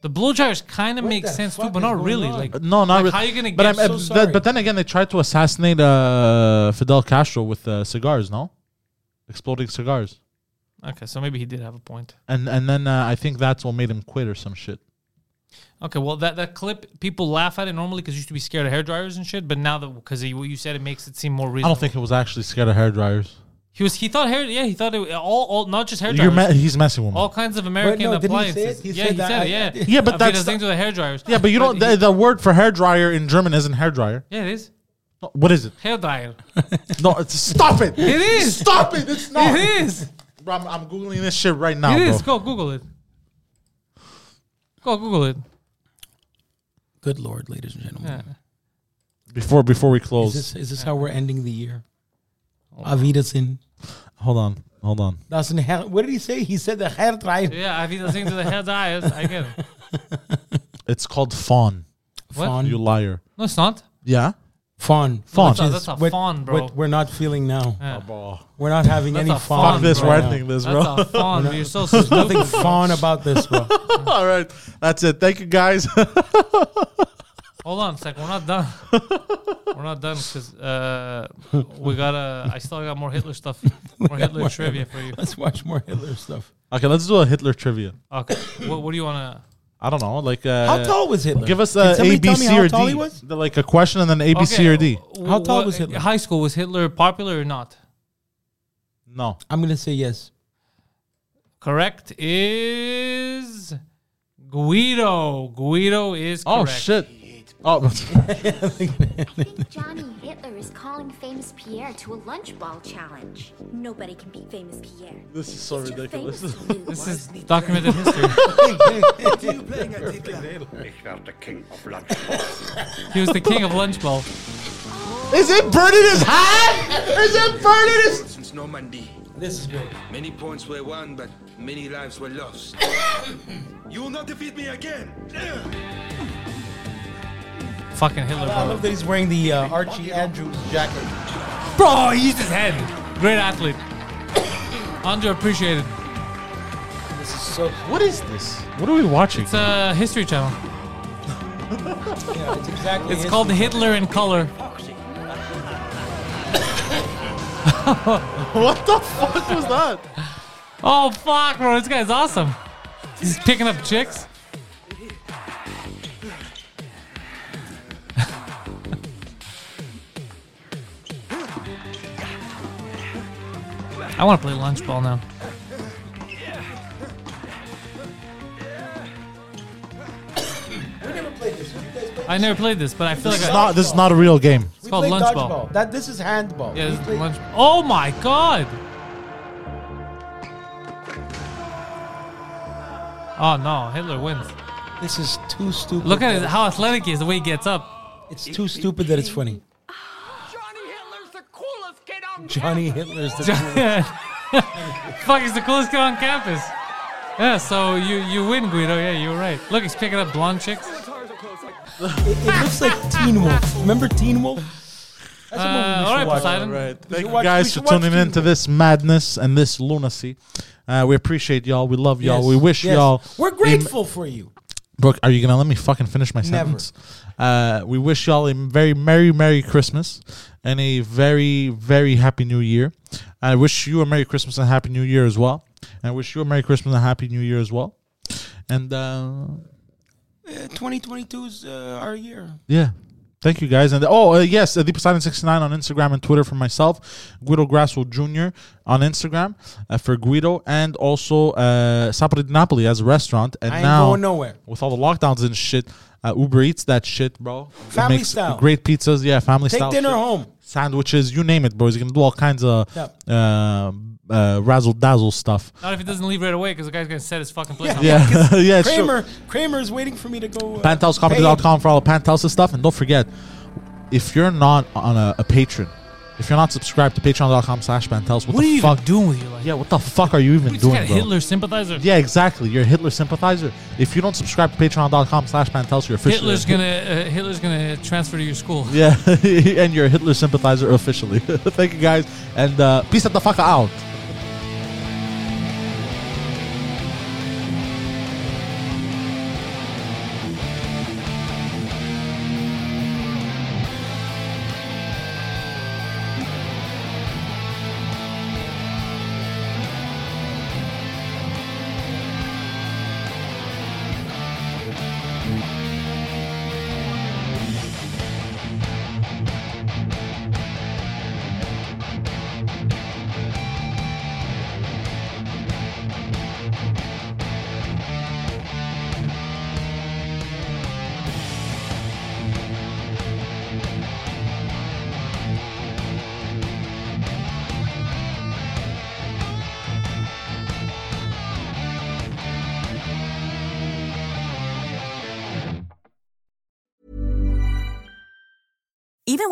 C: The blow dryers kind of
B: What
C: makes
B: the
C: sense too,
B: fuck
C: but
B: is
C: not
B: going
C: really.
B: on?
C: Like,
A: Uh, No, not
C: like,
A: really.
C: How you gonna get?
A: But I'm-
C: so
A: uh,
C: sorry?
A: that- but then again, they tried to assassinate uh, Fidel Castro with uh, cigars. No, exploding cigars.
C: okay, so maybe he did have a point.
A: And and then uh, I think that's what made him quit or some shit.
C: Okay, well that, that clip people laugh at it normally because you used to be scared of hair dryers and shit, but now that because what you said it makes it seem more
A: I
C: reasonable.
A: don't think he was actually scared of hair dryers.
C: he was. He thought hair. Yeah, he thought it all. all not just hair
A: You're
C: dryers.
A: me- he's messing with me.
C: all kinds of American
B: no, didn't he say it?
C: appliances.
B: He
C: yeah,
B: said
C: he
B: that
C: said
B: I-
C: it. Yeah,
A: Yeah, but
C: Uh,
A: that's
C: because things
A: the-
C: with the hair dryers.
A: yeah, but you don't. The,
C: he-
A: the word for hair dryer in German isn't hair dryer.
C: yeah, it is
A: No, What is it?
C: hair dryer.
A: No, it's, stop it.
C: It is.
A: Stop it. It's not.
C: It is.
A: Bro, I'm, I'm googling this shit right now,
C: It
A: bro.
C: is. Go Google it. Go Google it.
B: Good lord, ladies and gentlemen.
A: Before before we
B: Is
A: close,
B: this is this how we're ending the year?
C: Oh.
B: Avidasin.
A: hold on, hold on.
B: That's in hell. What did he say? He said the hair dryer.
C: Yeah, I've been listening to the hair dryers. I get it.
A: It's called fawn.
C: What?
B: Fawn.
A: You liar.
C: No, it's not.
A: Yeah.
B: Fawn.
A: Fawn.
B: Which
A: That's
C: a-
B: is
C: that's a
B: what-
C: fawn, bro.
B: What we're not feeling now.
C: Yeah.
B: We're not having any
C: a
B: fawn.
C: fawn,
A: Fuck this.
C: bro.
A: We're
B: now.
A: ending this, bro.
C: That's a fawn. bro. You're so
B: There's nothing
C: stupid.
B: fawn about this, bro.
A: All right, that's it. Thank you, guys.
C: Hold on a sec. We're not done. We're not done because uh, we gotta. I still got more Hitler stuff. More Hitler trivia for you.
B: Let's watch more Hitler stuff.
A: okay, let's do a Hitler trivia.
C: Okay. what, what do you wanna?
A: I don't know, like uh,
B: How tall was Hitler?
A: Give us
B: Can
A: uh,
B: somebody
A: A, B,
B: tell me
A: C,
B: how
A: or
B: tall
A: D.
B: he was?
A: The- Like a question and then A, B, C, or D.
C: w-
B: How tall
C: what-
B: was Hitler?
C: High school was Hitler popular or not?
A: No,
B: I'm gonna say yes.
C: Correct is Guido. Guido is
A: Oh
C: correct.
A: shit! Oh,
H: Johnny Hitler is calling famous Pierre to a lunch ball challenge. Nobody can beat famous Pierre.
A: this is so ridiculous.
C: This is documented history.
G: Ich werde the king of lunch.
C: He was the king of lunch bowl.
A: is it burning his hat? Is it burning his?
E: Since Normandy,
B: This is good.
E: many points were won, but many lives were lost. you will not defeat me again.
C: Fucking Hitler,
B: I
C: bro.
B: love that he's wearing the uh, Archie Andrews jacket.
C: Bro, he used his head. Great athlete. Underappreciated.
B: This is so.
A: What is this? What are we watching?
C: It's a History Channel.
B: Yeah, it's exactly.
C: It's
B: his-
C: called Hitler in Color.
A: what the fuck was that?
C: Oh fuck, bro! This guy's awesome. He's picking up chicks. I want to play lunch ball now. I never played this, but I feel
A: This is
C: like I,
A: not. This is not a real game.
B: We
C: called
B: played
C: lunch ball.
B: dodgeball. That this is handball.
C: Yeah,
B: We
C: this is
B: played-
C: lunch. Oh my god! Oh no, Hitler wins.
B: This is too stupid.
C: Look at it, how athletic he is, the way he gets up.
B: It's too stupid that it's funny.
G: Johnny Hitler's the coolest kid on
B: Johnny Hitler's the
C: Fuck, he's the coolest kid on campus. Yeah, so you you win, Guido. Yeah, you're right. Look, he's picking up blonde chicks.
B: It, it looks like Teen Wolf. Remember Teen Wolf? That's a movie
C: Uh,
B: we
C: all right,
B: should watch.
C: Poseidon.
A: Thank you
B: watch-
A: guys
B: we
A: for
B: should watch
A: tuning in
B: Teen
A: to this madness and this lunacy. Uh, we appreciate y'all. We love y'all.
B: Yes,
A: We wish
B: yes.
A: y'all.
B: We're
A: a-
B: grateful for you.
A: Brooke, are you gonna let me fucking finish my
B: Never.
A: sentence? Uh, we wish y'all a very merry, merry Christmas and a very, very happy New Year. I wish you a merry Christmas and happy New Year as well. And I wish you a merry Christmas and happy New Year as well. And uh,
B: Uh, 2022 is uh, our year.
A: yeah. Thank you guys. And oh, uh, yes, uh, Deep Poseidon69 on Instagram and Twitter for myself, Guido Grasso Jr. on Instagram uh, for Guido, and also uh, Sapori di Napoli as a restaurant. And
B: I ain't
A: now,
B: going nowhere.
A: with all the lockdowns and shit, uh, Uber eats that shit, bro. It
B: Family style.
A: Great pizzas. Yeah, family
B: Take
A: style.
B: dinner
A: shit.
B: home.
A: Sandwiches, you name it, bro. He's going to do all kinds of
B: Yep.
A: uh, uh, razzle dazzle stuff.
C: Not if he doesn't leave right away, because the guy's gonna set his fucking place. on fire.
A: Yeah, yeah, it's true.
B: Kramer, Kramer's waiting for me to go. Uh, pay him.
A: PanthouseComedy.com for all the Penthouse stuff. And don't forget, if you're not on a, a patron If you're not subscribed to patreon.com slash Bantels, what,
C: What are
A: the
C: you
A: fuck?
C: even doing with your life?
A: yeah, what the fuck are you even
C: What, this guy
A: doing, bro?
C: Hitler sympathizer.
A: Yeah, exactly. You're a Hitler sympathizer. If you don't subscribe to patreon.com slash Bantels, you're officially
C: Hitler's gonna uh, Hitler's gonna transfer to your school.
A: Yeah, and you're a Hitler sympathizer officially. Thank you guys, and uh, peace at the fuck out.
I: Even